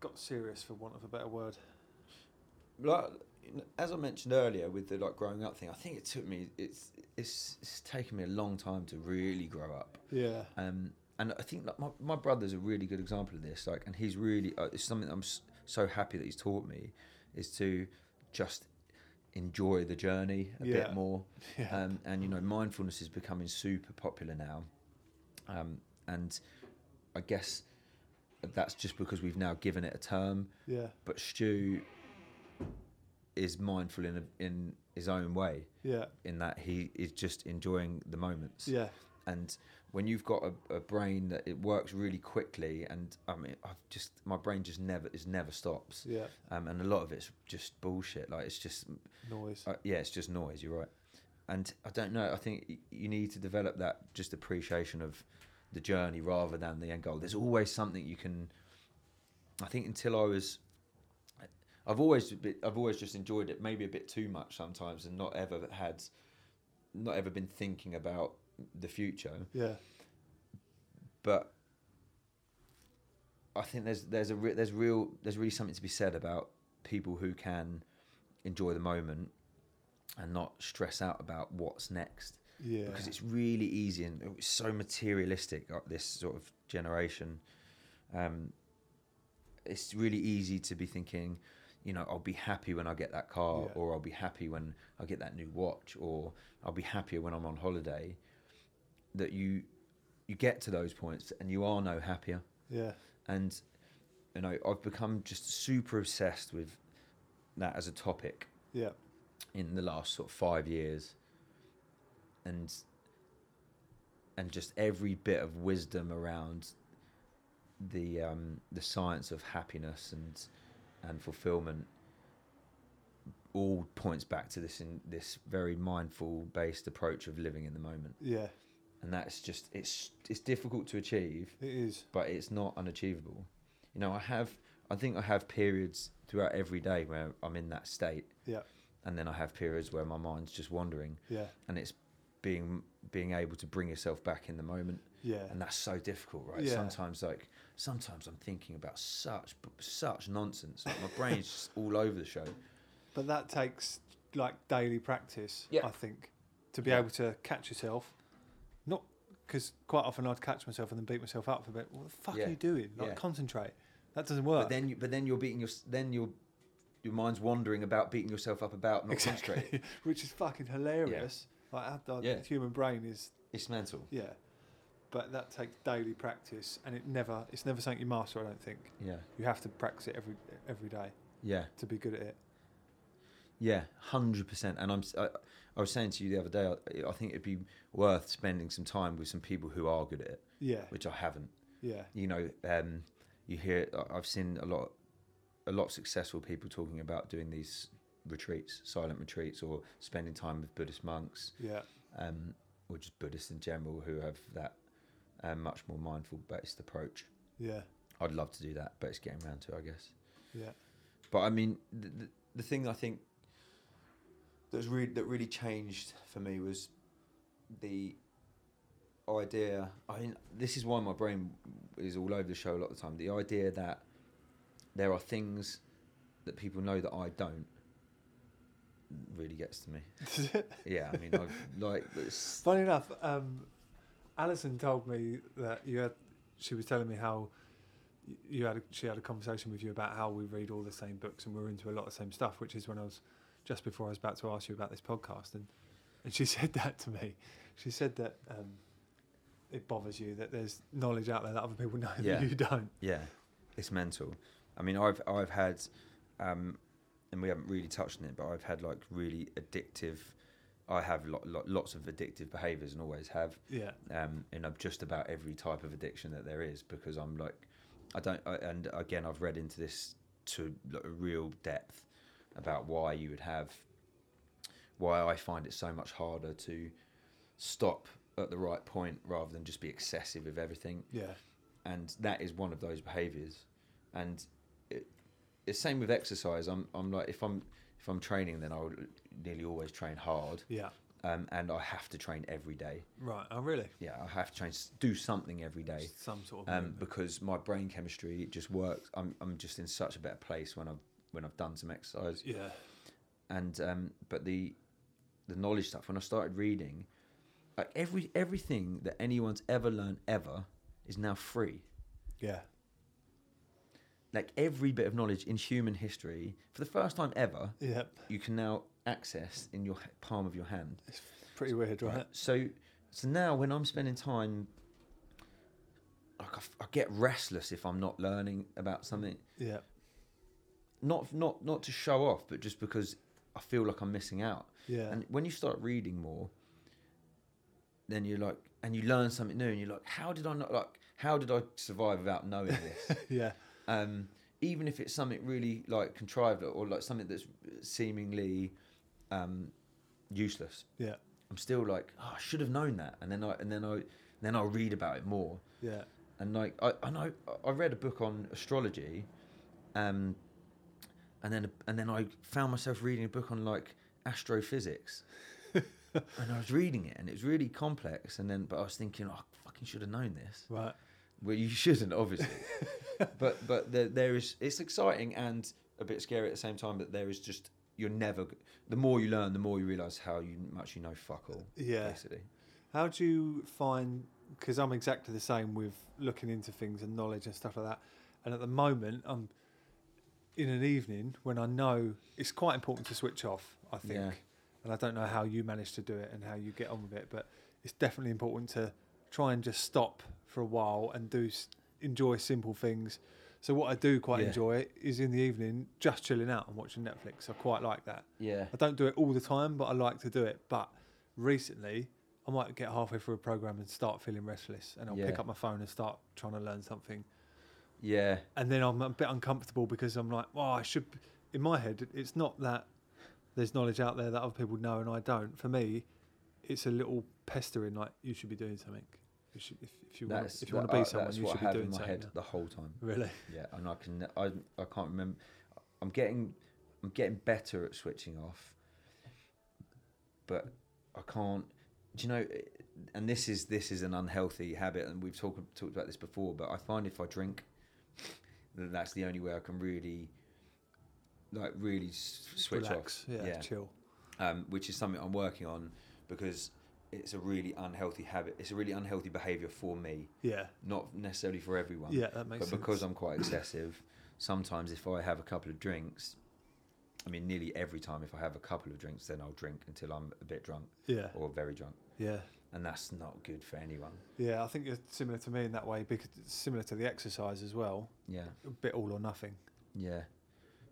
S1: got serious for want of a better word.
S3: like you know, as I mentioned earlier with the like growing up thing, I think it took me it's it's it's taken me a long time to really grow up.
S1: Yeah,
S3: Um, and I think like my my brother's a really good example of this. Like, and he's really uh, it's something I'm s- so happy that he's taught me is to just enjoy the journey a
S1: Yeah.
S3: bit more.
S1: yeah,
S3: Um, and you know, mindfulness is becoming super popular now, um, and I guess that's just because we've now given it a term
S1: yeah,
S3: but Stu is mindful in a, in his own way
S1: yeah,
S3: in that he is just enjoying the moments
S1: yeah,
S3: and when you've got a, a brain that it works really quickly and I mean I've just my brain just never is never stops
S1: yeah.
S3: um, and a lot of it's just bullshit like it's just
S1: Noise.
S3: uh, yeah it's just noise you're right and I don't know I think y- you need to develop that just appreciation of the journey rather than the end goal there's always something you can I think until I was, I've always a bit, I've always just enjoyed it maybe a bit too much sometimes, and not ever had, not ever been thinking about the future.
S1: Yeah,
S3: But I think there's there's a re- there's real there's really something to be said about people who can enjoy the moment and not stress out about what's next
S1: yeah,
S3: because it's really easy and it's so materialistic uh, this sort of generation um, it's really easy to be thinking you know i'll be happy when i get that car
S1: Yeah.
S3: or i'll be happy when i get that new watch or i'll be happier when i'm on holiday that you you get to those points and you are no happier
S1: yeah,
S3: and you know i've become just super obsessed with that as a topic
S1: yeah,
S3: in the last sort of five years, and and just every bit of wisdom around the um, the science of happiness and and fulfillment all points back to this in this very mindful based approach of living in the moment,
S1: yeah.
S3: and that's just it's it's difficult to achieve
S1: It is.
S3: but it's not unachievable. You know, I have, I think I have periods throughout every day where I'm in that state.
S1: Yeah.
S3: And then I have periods where my mind's just wandering,
S1: Yeah,
S3: and it's being being able to bring yourself back in the moment,
S1: yeah,
S3: and that's so difficult, right?
S1: Yeah.
S3: Sometimes, like sometimes I'm thinking about such such nonsense. Like, my brain's just all over the show.
S1: but that takes like daily practice.
S3: Yeah.
S1: I think to be
S3: Yeah.
S1: able to catch yourself, not because quite often I'd catch myself and then beat myself up for a bit. What the fuck
S3: Yeah.
S1: are you doing? Like
S3: Yeah.
S1: concentrate. That doesn't work.
S3: But then, you, but then you're beating your then you're your mind's wandering about beating yourself up about not concentrating.
S1: which is fucking hilarious. Like how the
S3: Yeah.
S1: human brain is,
S3: It's mental.
S1: yeah. But that takes daily practice, and it never it's never something you master. I don't think
S3: Yeah.
S1: you have to practice it every every day
S3: Yeah.
S1: to be good at it.
S3: Yeah, hundred percent. And I'm, s- I, I was saying to you the other day, I, I think it'd be worth spending some time with some people who are good at it,
S1: Yeah,
S3: which I haven't.
S1: yeah,
S3: You know, um, you hear, I- I've seen a lot, a lot of successful people talking about doing these retreats, silent retreats, or spending time with Buddhist monks,
S1: yeah,
S3: um, or just Buddhists in general who have that um, much more mindful based approach.
S1: yeah,
S3: I'd love to do that, but it's getting around to, it, I guess.
S1: yeah,
S3: But I mean, the, the, the thing I think that was really that really changed for me was the idea. I mean, this is why my brain is all over the show a lot of the time. The idea that there are things that people know that I don't really gets to me. yeah, I mean, I've, like it's-
S1: Funny enough, um, Alison told me that you had. She was telling me how y- you had. A, she had a conversation with you about how we read all the same books and we're into a lot of the same stuff. Which is when I was just before I was about to ask you about this podcast, and and she said that to me. She said that um, it bothers you that there's knowledge out there that other people know
S3: Yeah.
S1: that you don't.
S3: yeah, it's mental. I mean, I've I've had, um, and we haven't really touched on it, but I've had like really addictive. I have lo- lo- lots of addictive behaviours and always have,
S1: Yeah.
S3: um, in of just about every type of addiction that there is because I'm like, I don't, I, and again, I've read into this to like, a real depth about why you would have, why I find it so much harder to stop at the right point rather than just be excessive with everything
S1: Yeah.
S3: and that is one of those behaviors and it, it's same with exercise i'm i'm like if i'm if i'm training then i'll nearly always train hard
S1: Yeah.
S3: um, and i have to train every day
S1: Right. Oh, really?
S3: yeah i have to train s- do something every day
S1: Just Some sort of.
S3: um,
S1: movement.
S3: because my brain chemistry just works i'm i'm just in such a better place when i've when i've done some exercise
S1: yeah.
S3: and um, but the the knowledge stuff when I started reading, like every everything that anyone's ever learned ever is now free.
S1: Yeah.
S3: Like every bit of knowledge in human history, for the first time ever,
S1: Yeah.
S3: you can now access in your h- palm of your hand.
S1: It's pretty weird, right?
S3: So so now when I'm spending time, like I, f- I get restless if I'm not learning about something.
S1: Yeah.
S3: Not not not to show off, but just because I feel like I'm missing out.
S1: Yeah.
S3: And when you start reading more, then you're like, and you learn something new, and you're like, how did I not like? How did I survive without knowing this?
S1: yeah.
S3: um, even if it's something really like contrived or like something that's seemingly um, useless,
S1: Yeah.
S3: I'm still like, oh, I should have known that. And then I and then I then I'll read about it more.
S1: Yeah.
S3: And like I I know I read a book on astrology, um, and then and then I found myself reading a book on like astrophysics and I was reading it, and it was really complex. And then, but I was thinking, oh, I fucking should have known this.
S1: Right.
S3: Well, you shouldn't, obviously. but but there, there is it's exciting and a bit scary at the same time. But there is just you're never. g- The more you learn, the more you realize how you much you know fuck all.
S1: Yeah.
S3: Basically.
S1: How do you find? Because I'm exactly the same with looking into things and knowledge and stuff like that. And at the moment, I'm in an evening when I know it's quite important to switch off. I think,
S3: Yeah.
S1: and I don't know how you manage to do it and how you get on with it, but it's definitely important to try and just stop for a while and do s- enjoy simple things. So what I do quite
S3: Yeah.
S1: enjoy is in the evening just chilling out and watching Netflix. I quite like that.
S3: Yeah.
S1: I don't do it all the time, but I like to do it. But recently, I might get halfway through a program and start feeling restless, and I'll pick
S3: Yeah.
S1: up my phone and start trying to learn something.
S3: Yeah.
S1: And then I'm a bit uncomfortable because I'm like, well, I should. b-" In my head, it- it's not that there's knowledge out there that other people know and I don't. For me, it's a little pestering. Like you should be doing something. You should, if, if you want,
S3: That's
S1: if you want
S3: that-
S1: to be
S3: uh,
S1: someone,
S3: that's
S1: you
S3: what
S1: should
S3: I
S1: be
S3: have
S1: doing
S3: in my
S1: something.
S3: head the whole time.
S1: Really?
S3: Yeah, and I can I I can't remember. I'm getting I'm getting better at switching off, but I can't. Do you know? And this is this is an unhealthy habit, and we've talked talked about this before. But I find if I drink, then that's the only way I can really, like, really s- switch
S1: Relax.
S3: off.
S1: Yeah, Chill.
S3: um, which is something I'm working on because it's a really unhealthy habit. It's a really unhealthy behavior for me,
S1: Yeah.
S3: not necessarily for everyone
S1: Yeah, that makes
S3: but
S1: sense.
S3: because I'm quite excessive, sometimes if I have a couple of drinks, I mean, nearly every time if I have a couple of drinks, then I'll drink until I'm a bit drunk
S1: yeah.
S3: or very drunk,
S1: Yeah.
S3: and that's not good for anyone.
S1: Yeah, I think you're similar to me in that way because it's similar to the exercise as well.
S3: Yeah,
S1: A bit all or nothing.
S3: yeah,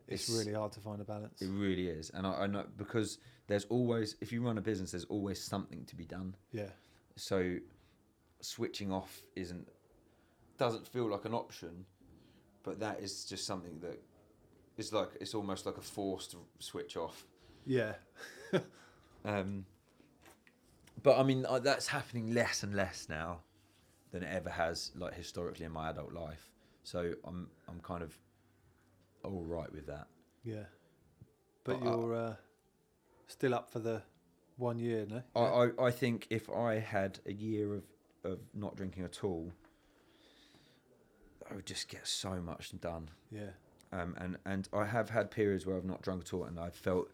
S1: It's,
S3: It's-
S1: really hard to find a balance.
S3: it really is, and I, I know because there's always if you run a business, there's always something to be done.
S1: yeah,
S3: So switching off isn't doesn't feel like an option, but that is just something that is like it's almost like a forced switch off.
S1: yeah,
S3: Um, but I mean, uh, that's happening less and less now than it ever has, like historically in my adult life. So I'm I'm kind of all right with that.
S1: yeah. But,
S3: But I-
S1: you're uh, still up for the one year, no?
S3: I, I, I think if I had a year of, of not drinking at all, I would just get so much done.
S1: yeah,
S3: Um, and and I have had periods where I've not drunk at all, and I've felt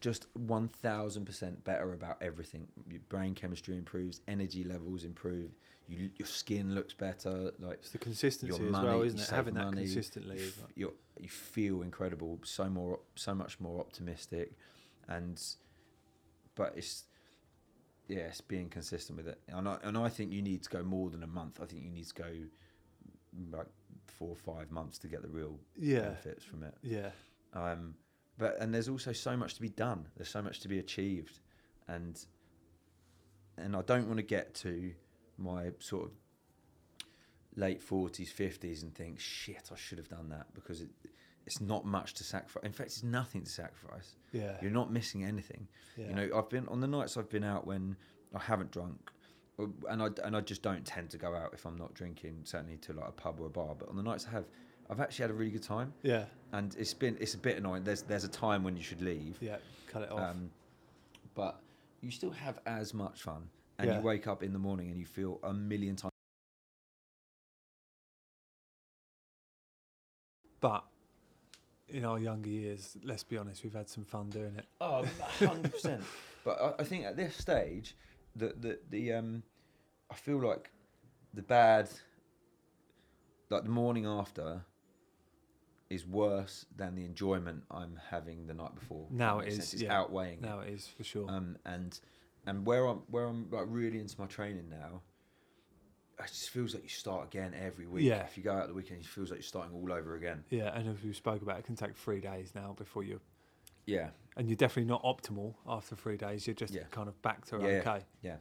S3: just one thousand percent better about everything. Your brain chemistry improves, energy levels improve, you, your skin looks better. Like
S1: it's the consistency
S3: your
S1: as
S3: money,
S1: well,
S3: you
S1: isn't it?
S3: save
S1: Having that
S3: money,
S1: consistently.
S3: you,
S1: is
S3: f-
S1: like-
S3: you're- you feel incredible, so more, so much more optimistic, and but it's yeah, it's being consistent with it. And I and I think you need to go more than a month. I think you need to go like four or five months to get the real
S1: Yeah.
S3: benefits from it.
S1: Yeah.
S3: Um, but and there's also so much to be done. There's so much to be achieved, and and I don't want to get to my sort of late forties, fifties, and think shit, I should have done that because it, it's not much to sacrifice. In fact, it's nothing to sacrifice.
S1: Yeah.
S3: You're not missing anything.
S1: yeah.
S3: You know, I've been on the nights I've been out when I haven't drunk, uh, and I and I just don't tend to go out if I'm not drinking, certainly to like a pub or a bar. But on the nights I have, I've actually had a really good time,
S1: yeah.
S3: and it's been it's a bit annoying. There's there's a time when you should leave,
S1: Yeah. Cut it off.
S3: um, but you still have as much fun, and
S1: Yeah.
S3: you wake up in the morning and you feel a million times.
S1: but in our younger years, let's be honest, we've had some fun doing it.
S3: Oh, 100 percent. But I, I think at this stage, the the the um, I feel like the bad, like the morning after, is worse than the enjoyment I'm having the night before. if
S1: Now
S3: that
S1: it
S3: makes
S1: is,
S3: sense. It's
S1: yeah.
S3: outweighing. it.
S1: Now it is for sure.
S3: Um, and and where I'm where I'm like really into my training now. It just feels like you start again every week.
S1: Yeah.
S3: If you go out the weekend, it feels like you're starting all over again.
S1: yeah, and as we spoke about, it can take three days now before you.
S3: Yeah.
S1: And you're definitely not optimal after three days. You're just
S3: Yeah.
S1: kind of back to
S3: Yeah, yeah.
S1: okay.
S3: Yeah.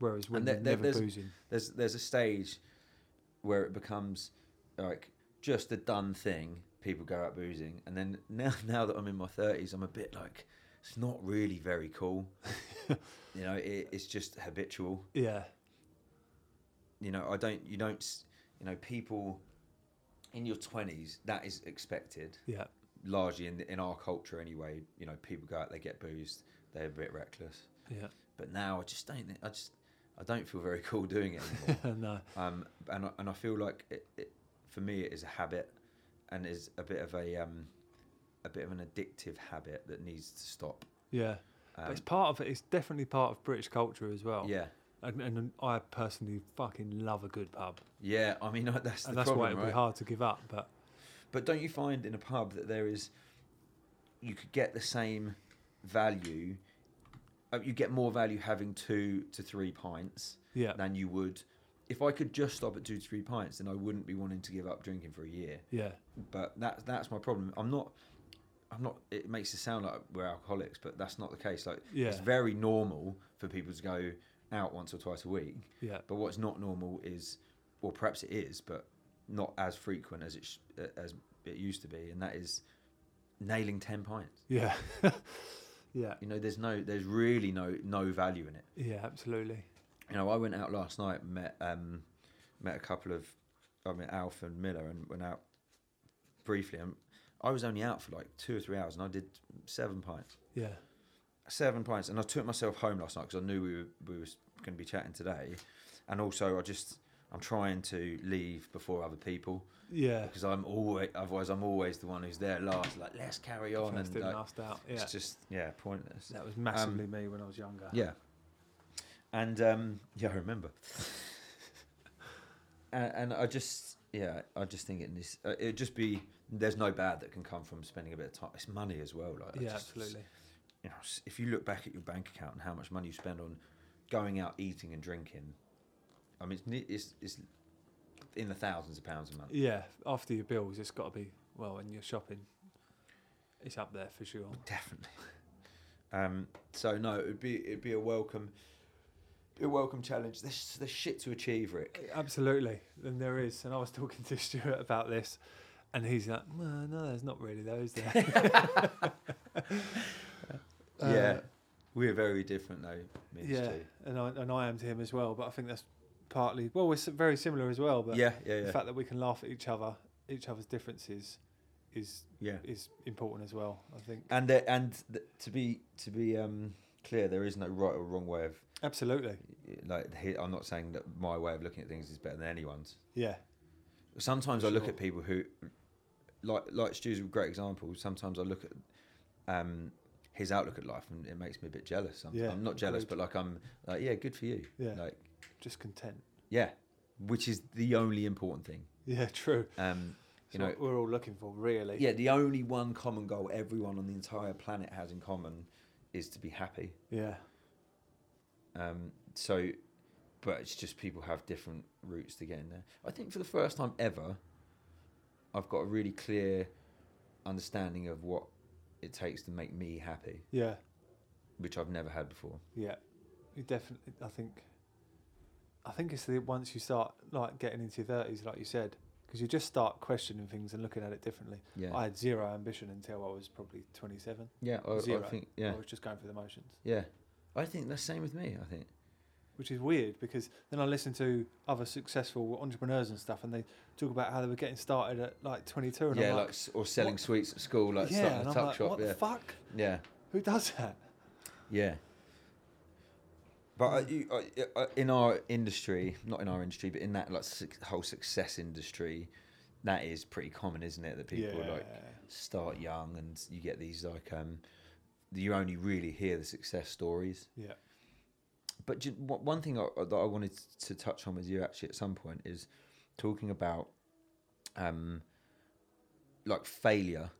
S1: Whereas when
S3: there-
S1: you're
S3: there-
S1: never
S3: there's-
S1: boozing,
S3: there's there's a stage where it becomes like just a done thing. People go out boozing, and then now now that I'm in my thirties, I'm a bit like it's not really very cool. you know, it, it's just habitual.
S1: yeah,
S3: You know, I don't you don't s- you know people in your twenties that is expected
S1: yeah,
S3: largely in in our culture anyway. You know, people go out, they get boozed, they're a bit reckless.
S1: yeah.
S3: But now I just don't think- I just I don't feel very cool doing it anymore.
S1: no,
S3: um, and I, and I feel like it, it, for me it is a habit, and is a bit of a um, a bit of an addictive habit that needs to stop.
S1: yeah.
S3: Um,
S1: but it's part of it. It's definitely part of British culture as well.
S3: yeah,
S1: And, and I personally fucking love a good pub,
S3: yeah. I mean I- that's the
S1: and that's why
S3: problem,
S1: it'd
S3: right?
S1: be hard to give up. But
S3: But don't you find in a pub that there is, you could get the same value, uh, you get more value having two to three pints
S1: yeah,
S3: than you would. If I could just stop at two to three pints, then I wouldn't be wanting to give up drinking for a year.
S1: yeah,
S3: but that that's my problem. I'm not. I'm not. It makes it sound like we're alcoholics, but that's not the case. Like it's
S1: Yeah.
S3: very normal for people to go out once or twice a week,
S1: yeah,
S3: but what's not normal is, or perhaps it is, but not as frequent as it sh- as it used to be, and that is nailing ten pints.
S1: yeah, yeah,
S3: You know, there's no, there's really no no value in it.
S1: yeah. Absolutely.
S3: You know, I went out last night, and met um, met a couple of, I mean, Alf and Miller, and went out briefly. And I was only out for like two or three hours, and I did seven pints,
S1: Yeah,
S3: seven pints, and I took myself home last night because I knew we were we were going to be chatting today, and also I just I'm trying to leave before other people
S1: yeah.
S3: because I'm always otherwise I'm always the one who's there last. Like let's carry on,
S1: First
S3: and
S1: in,
S3: like,
S1: last out. Yeah.
S3: it's just yeah pointless.
S1: That was massively me when I was younger.
S3: Yeah. And um, yeah, I remember. and, and I just yeah, I just think it needs. Uh, it'd just be there's no bad that can come from spending a bit of time. It's money as well. Like I
S1: yeah,
S3: just-
S1: absolutely.
S3: You know, s- if you look back at your bank account and how much money you spend on going out eating and drinking, I mean it's ne- it's, it's in the thousands of pounds a month.
S1: Yeah, after your bills, it's got to be well. When you're shopping, it's up there for sure.
S3: Definitely. Um, so no, it'd be it'd be a welcome, be a welcome challenge. There's there's shit to achieve, Rick.
S1: Absolutely, and there is. And I was talking to Stuart about this, and he's like, "Well, "No, there's not really though, is there?"
S3: yeah,
S1: Uh,
S3: we're very different though. Me and
S1: yeah,
S3: Stu.
S1: and I and I am to him as well. But I think that's partly well, we're s- very similar as well. But
S3: yeah, yeah,
S1: the
S3: yeah.
S1: fact that we can laugh at each other, each other's differences, is
S3: yeah.
S1: is important as well. I think
S3: And there, and th- to be to be um, clear, there is no right or wrong way of
S1: absolutely.
S3: like. he- I'm not saying that my way of looking at things is better than anyone's.
S1: Yeah,
S3: Sometimes I look
S1: Sure.
S3: at people who, like like Stu's a great example. Sometimes I look at um, his outlook at life, and it makes me a bit jealous. Sometimes.
S1: Yeah,
S3: I'm not jealous,
S1: agreed.
S3: but like I'm like yeah, good for you.
S1: Yeah.
S3: Like
S1: just content.
S3: yeah, which is the only important thing.
S1: Yeah, true.
S3: Um, you
S1: It's
S3: know,
S1: what we're all looking for, really.
S3: Yeah, the only one common goal everyone on the entire planet has in common is to be happy.
S1: Yeah.
S3: Um, so, but it's just people have different routes to getting there. I think for the first time ever, I've got a really clear understanding of what it takes to make me happy,
S1: Yeah,
S3: which I've never had before.
S1: yeah. You definitely. I think. I think it's the once you start like getting into your thirties, like you said, because you just start questioning things and looking at it differently.
S3: Yeah,
S1: I had zero ambition until I was probably twenty-seven.
S3: yeah, I, I
S1: Zero.
S3: think yeah,
S1: I was just going through the motions.
S3: yeah. I think that's same with me. I think
S1: which is weird because then I listen to other successful entrepreneurs and stuff, and they talk about how they were getting started at like 22, and
S3: yeah,
S1: I'm
S3: like
S1: like,
S3: s- or selling
S1: what-
S3: sweets at school, like
S1: yeah,
S3: starting
S1: and
S3: a
S1: I'm
S3: tuck
S1: like,
S3: shop.
S1: what
S3: yeah,
S1: the fuck?
S3: yeah.
S1: Who does that?
S3: Yeah. But uh, you, uh, uh, in our industry, not in our industry, but in that like suc whole success industry, that is pretty common, isn't it? That people like start young and you get these like um, you only really hear the success stories.
S1: yeah,
S3: But ju- one one thing I, uh, that I wanted to touch on with you actually at some point is talking about um, like failure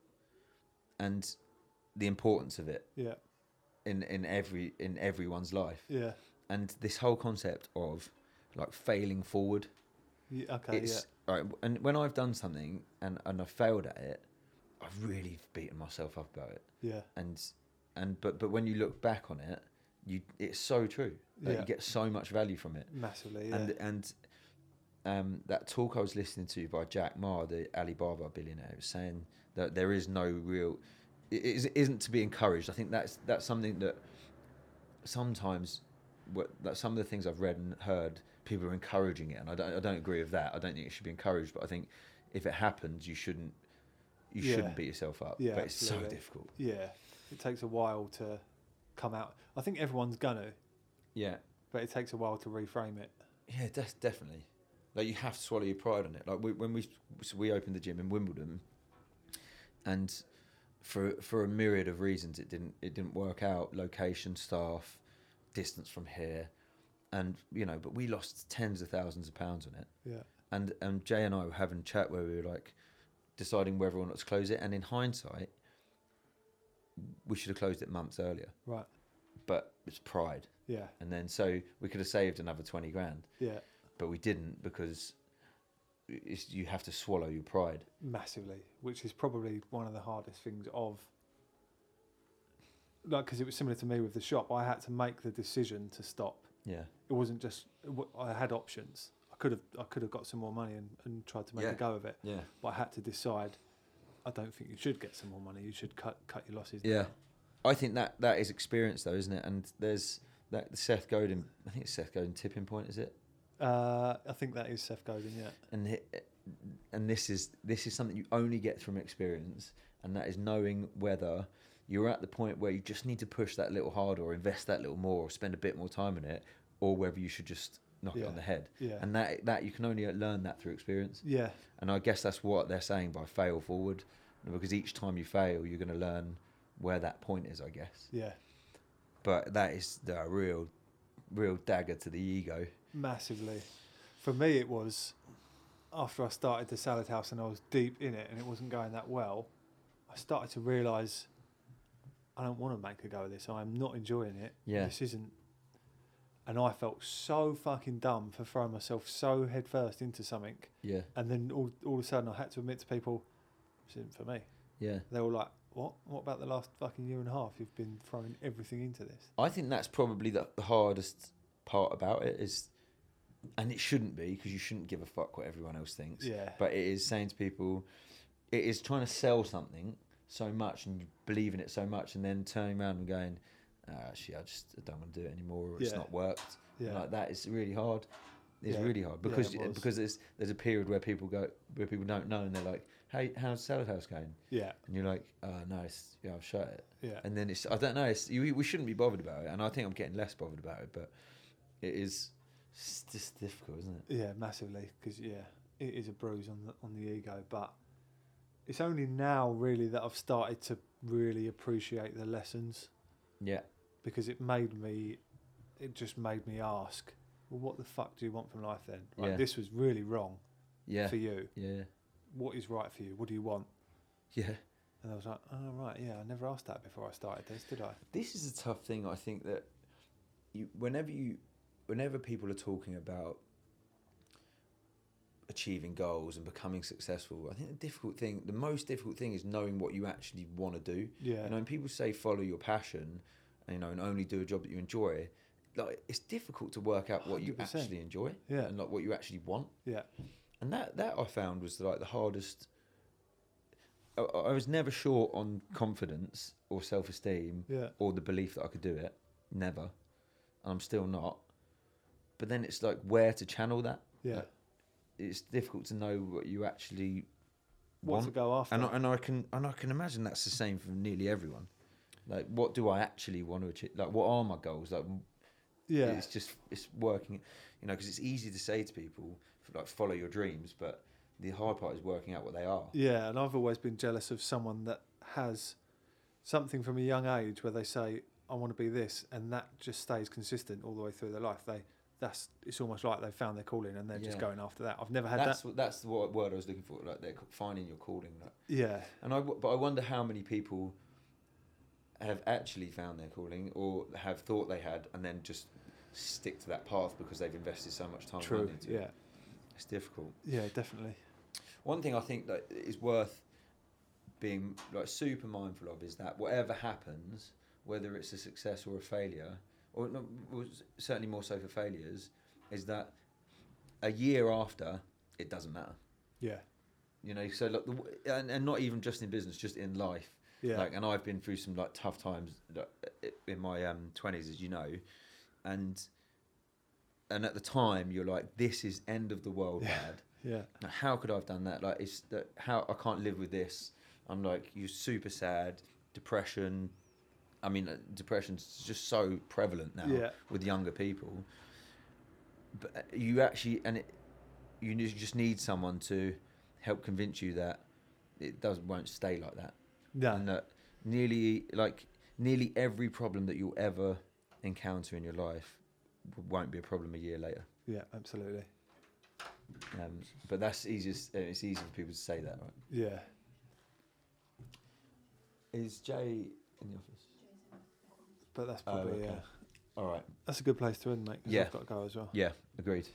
S3: and the importance of it
S1: yeah,
S3: in in every in everyone's life
S1: yeah,
S3: and this whole concept of like failing forward
S1: yeah. Okay,
S3: it's right and when i've done something and and i failed at it i've really beaten myself up about it
S1: yeah, yeah,
S3: and and but but when you look back on it you it's so true like,
S1: Yeah.
S3: you get so much value from it
S1: massively. Yeah,
S3: and and um, that talk I was listening to by Jack Ma, the Alibaba billionaire, was saying that there is no real, it is- isn't to be encouraged. I think that's that's something that sometimes, what that some of the things I've read and heard, people are encouraging it, and I don't I don't agree with that. I don't think it should be encouraged, but I think if it happens, you shouldn't you
S1: Yeah.
S3: shouldn't beat yourself up.
S1: Yeah,
S3: but it's so
S1: absolutely.
S3: difficult.
S1: yeah. It takes a while to come out. I think everyone's gonna,
S3: Yeah,
S1: but it takes a while to reframe it.
S3: Yeah, def- definitely. Like you have to swallow your pride on it. Like we, when we so we opened the gym in Wimbledon, and for for a myriad of reasons, it didn't it didn't work out. Location, staff, distance from here, and you know, but we lost tens of thousands of pounds on it.
S1: Yeah,
S3: And and Jay and I were having a chat where we were like deciding whether or not to close it. And in hindsight, we should have closed it months earlier.
S1: right.
S3: But it's pride,
S1: Yeah,
S3: and then so we could have saved another twenty grand
S1: yeah,
S3: but we didn't because it's, you have to swallow your pride.
S1: massively, which is probably one of the hardest things of like because it was similar to me with the shop. I had to make the decision to stop.
S3: Yeah,
S1: It wasn't just it wa- I had options. I could have I could have got some more money and, and tried to make
S3: Yeah.
S1: a go of it,
S3: yeah,
S1: but I had to decide. I don't think you should get some more money. You should cut cut your losses.
S3: yeah.
S1: down.
S3: I think that that is experience though, isn't it? And there's that Seth Godin. I think it's Seth Godin tipping point, is it?
S1: Uh, I think that is Seth Godin. Yeah.
S3: And he- and this is this is something you only get from experience, and that is knowing whether you're at the point where you just need to push that little harder, or invest that little more, or spend a bit more time in it, or whether you should just knock it
S1: Yeah.
S3: on the head.
S1: Yeah.
S3: And that that you can only learn that through experience.
S1: yeah.
S3: And I guess that's what they're saying by fail forward, because each time you fail, you're going to learn where that point is, I guess.
S1: Yeah.
S3: But that is the real, real dagger to the ego.
S1: Massively. For me, it was after I started the salad house and I was deep in it and it wasn't going that well. I started to realise I don't want to make a go of this. I'm not enjoying it.
S3: Yeah.
S1: This isn't. And I felt so fucking dumb for throwing myself so headfirst into something.
S3: Yeah,
S1: And then all, all of a sudden, I had to admit to people, this isn't for me.
S3: yeah.
S1: They were like, what? What about the last fucking year and a half? You've been throwing everything into this.
S3: I think that's probably the, the hardest part about it is, and it shouldn't be because you shouldn't give a fuck what everyone else thinks.
S1: Yeah.
S3: But it is saying to people, it is trying to sell something so much and you believe in it so much, and then turning around and going, "Ah, actually, I just I don't want to do it anymore, or it's
S1: Yeah.
S3: not worked.
S1: Yeah.
S3: Like that is really hard. It's
S1: Yeah.
S3: really hard
S1: Yeah,
S3: because
S1: it was.
S3: because there's there's a period where people go where people don't know and they're like, "Hey, how's Salad House going?"
S1: Yeah.
S3: And you're like, "Oh no, it's, yeah, I've shut it."
S1: Yeah.
S3: And then it's I don't know. It's, you, we shouldn't be bothered about it, and I think I'm getting less bothered about it, but it is it's just difficult, isn't it?
S1: Yeah, massively. Because yeah, it is a bruise on the on the ego. But it's only now really that I've started to really appreciate the lessons
S3: Yeah,
S1: because it made me. It just made me ask, well, what the fuck do you want from life then? Like
S3: Yeah.
S1: this was really wrong
S3: yeah,
S1: for you.
S3: yeah,
S1: What is right for you? What do you want?
S3: yeah.
S1: And I was like, oh right, yeah, I never asked that before I started this, did I?
S3: This is a tough thing. I think that you, whenever you, whenever people are talking about achieving goals and becoming successful. I think the difficult thing, the most difficult thing, is knowing what you actually want to do.
S1: Yeah.
S3: You know, when people say follow your passion, and, you know, and only do a job that you enjoy, like it's difficult to work out what you
S1: 100%.
S3: actually enjoy.
S1: Yeah.
S3: And like what you actually want.
S1: Yeah.
S3: And that that I found was like the hardest. I, I was never short on confidence or self esteem
S1: Yeah.
S3: or the belief that I could do it. Never. And I'm still not. But then it's like where to channel that.
S1: Yeah.
S3: It's difficult to know what you actually
S1: What to
S3: want.
S1: go after?
S3: And I, and I can and I can imagine that's the same for nearly everyone. Like, what do I actually want to achieve? Like, what are my goals? Like,
S1: yeah.
S3: it's just it's working, you know, because it's easy to say to people like follow your dreams, but the hard part is working out what they are.
S1: Yeah, and I've always been jealous of someone that has something from a young age where they say, "I want to be this," and that just stays consistent all the way through their life. They that's it's almost like they found their calling and they're just
S3: Yeah.
S1: going after that. I've never had
S3: that's
S1: that.
S3: what that's the wo- word I was looking for. Like they're finding your calling. Like,
S1: Yeah,
S3: and I w- but I wonder how many people have actually found their calling or have thought they had, and then just stick to that path because they've invested so much time. and
S1: true.
S3: money into it.
S1: Yeah,
S3: it's difficult.
S1: yeah, definitely.
S3: One thing I think that is worth being like super mindful of is that whatever happens, whether it's a success or a failure, or not, well, s- certainly more so for failures, is that a year after it doesn't matter.
S1: Yeah,
S3: You know, so like, the, w- and, and not even just in business, just in life.
S1: yeah,
S3: Like, and I've been through some like tough times like, i- in my um, 20s, as you know, and and at the time you're like, this is end of the world,
S1: Yeah.
S3: lad.
S1: yeah,
S3: Like, how could I have done that? Like, it's that how I can't live with this. I'm like, you're super sad, depression. I mean, uh, depression's just so prevalent now
S1: Yeah.
S3: with younger people. But uh, you actually, and it, you ne- just need someone to help convince you that it does won't stay like that,
S1: yeah,
S3: and that nearly like nearly every problem that you'll ever encounter in your life w- won't be a problem a year later.
S1: yeah. Absolutely.
S3: Um, but that's easiest. uh, It's easy for people to say that, right?
S1: Yeah.
S3: Is Jay in the office?
S1: But that's
S3: Oh,
S1: probably
S3: okay.
S1: yeah.
S3: All right.
S1: That's a good place to end, mate. 'cause
S3: Yeah.
S1: I've got to go as well.
S3: Yeah. Agreed.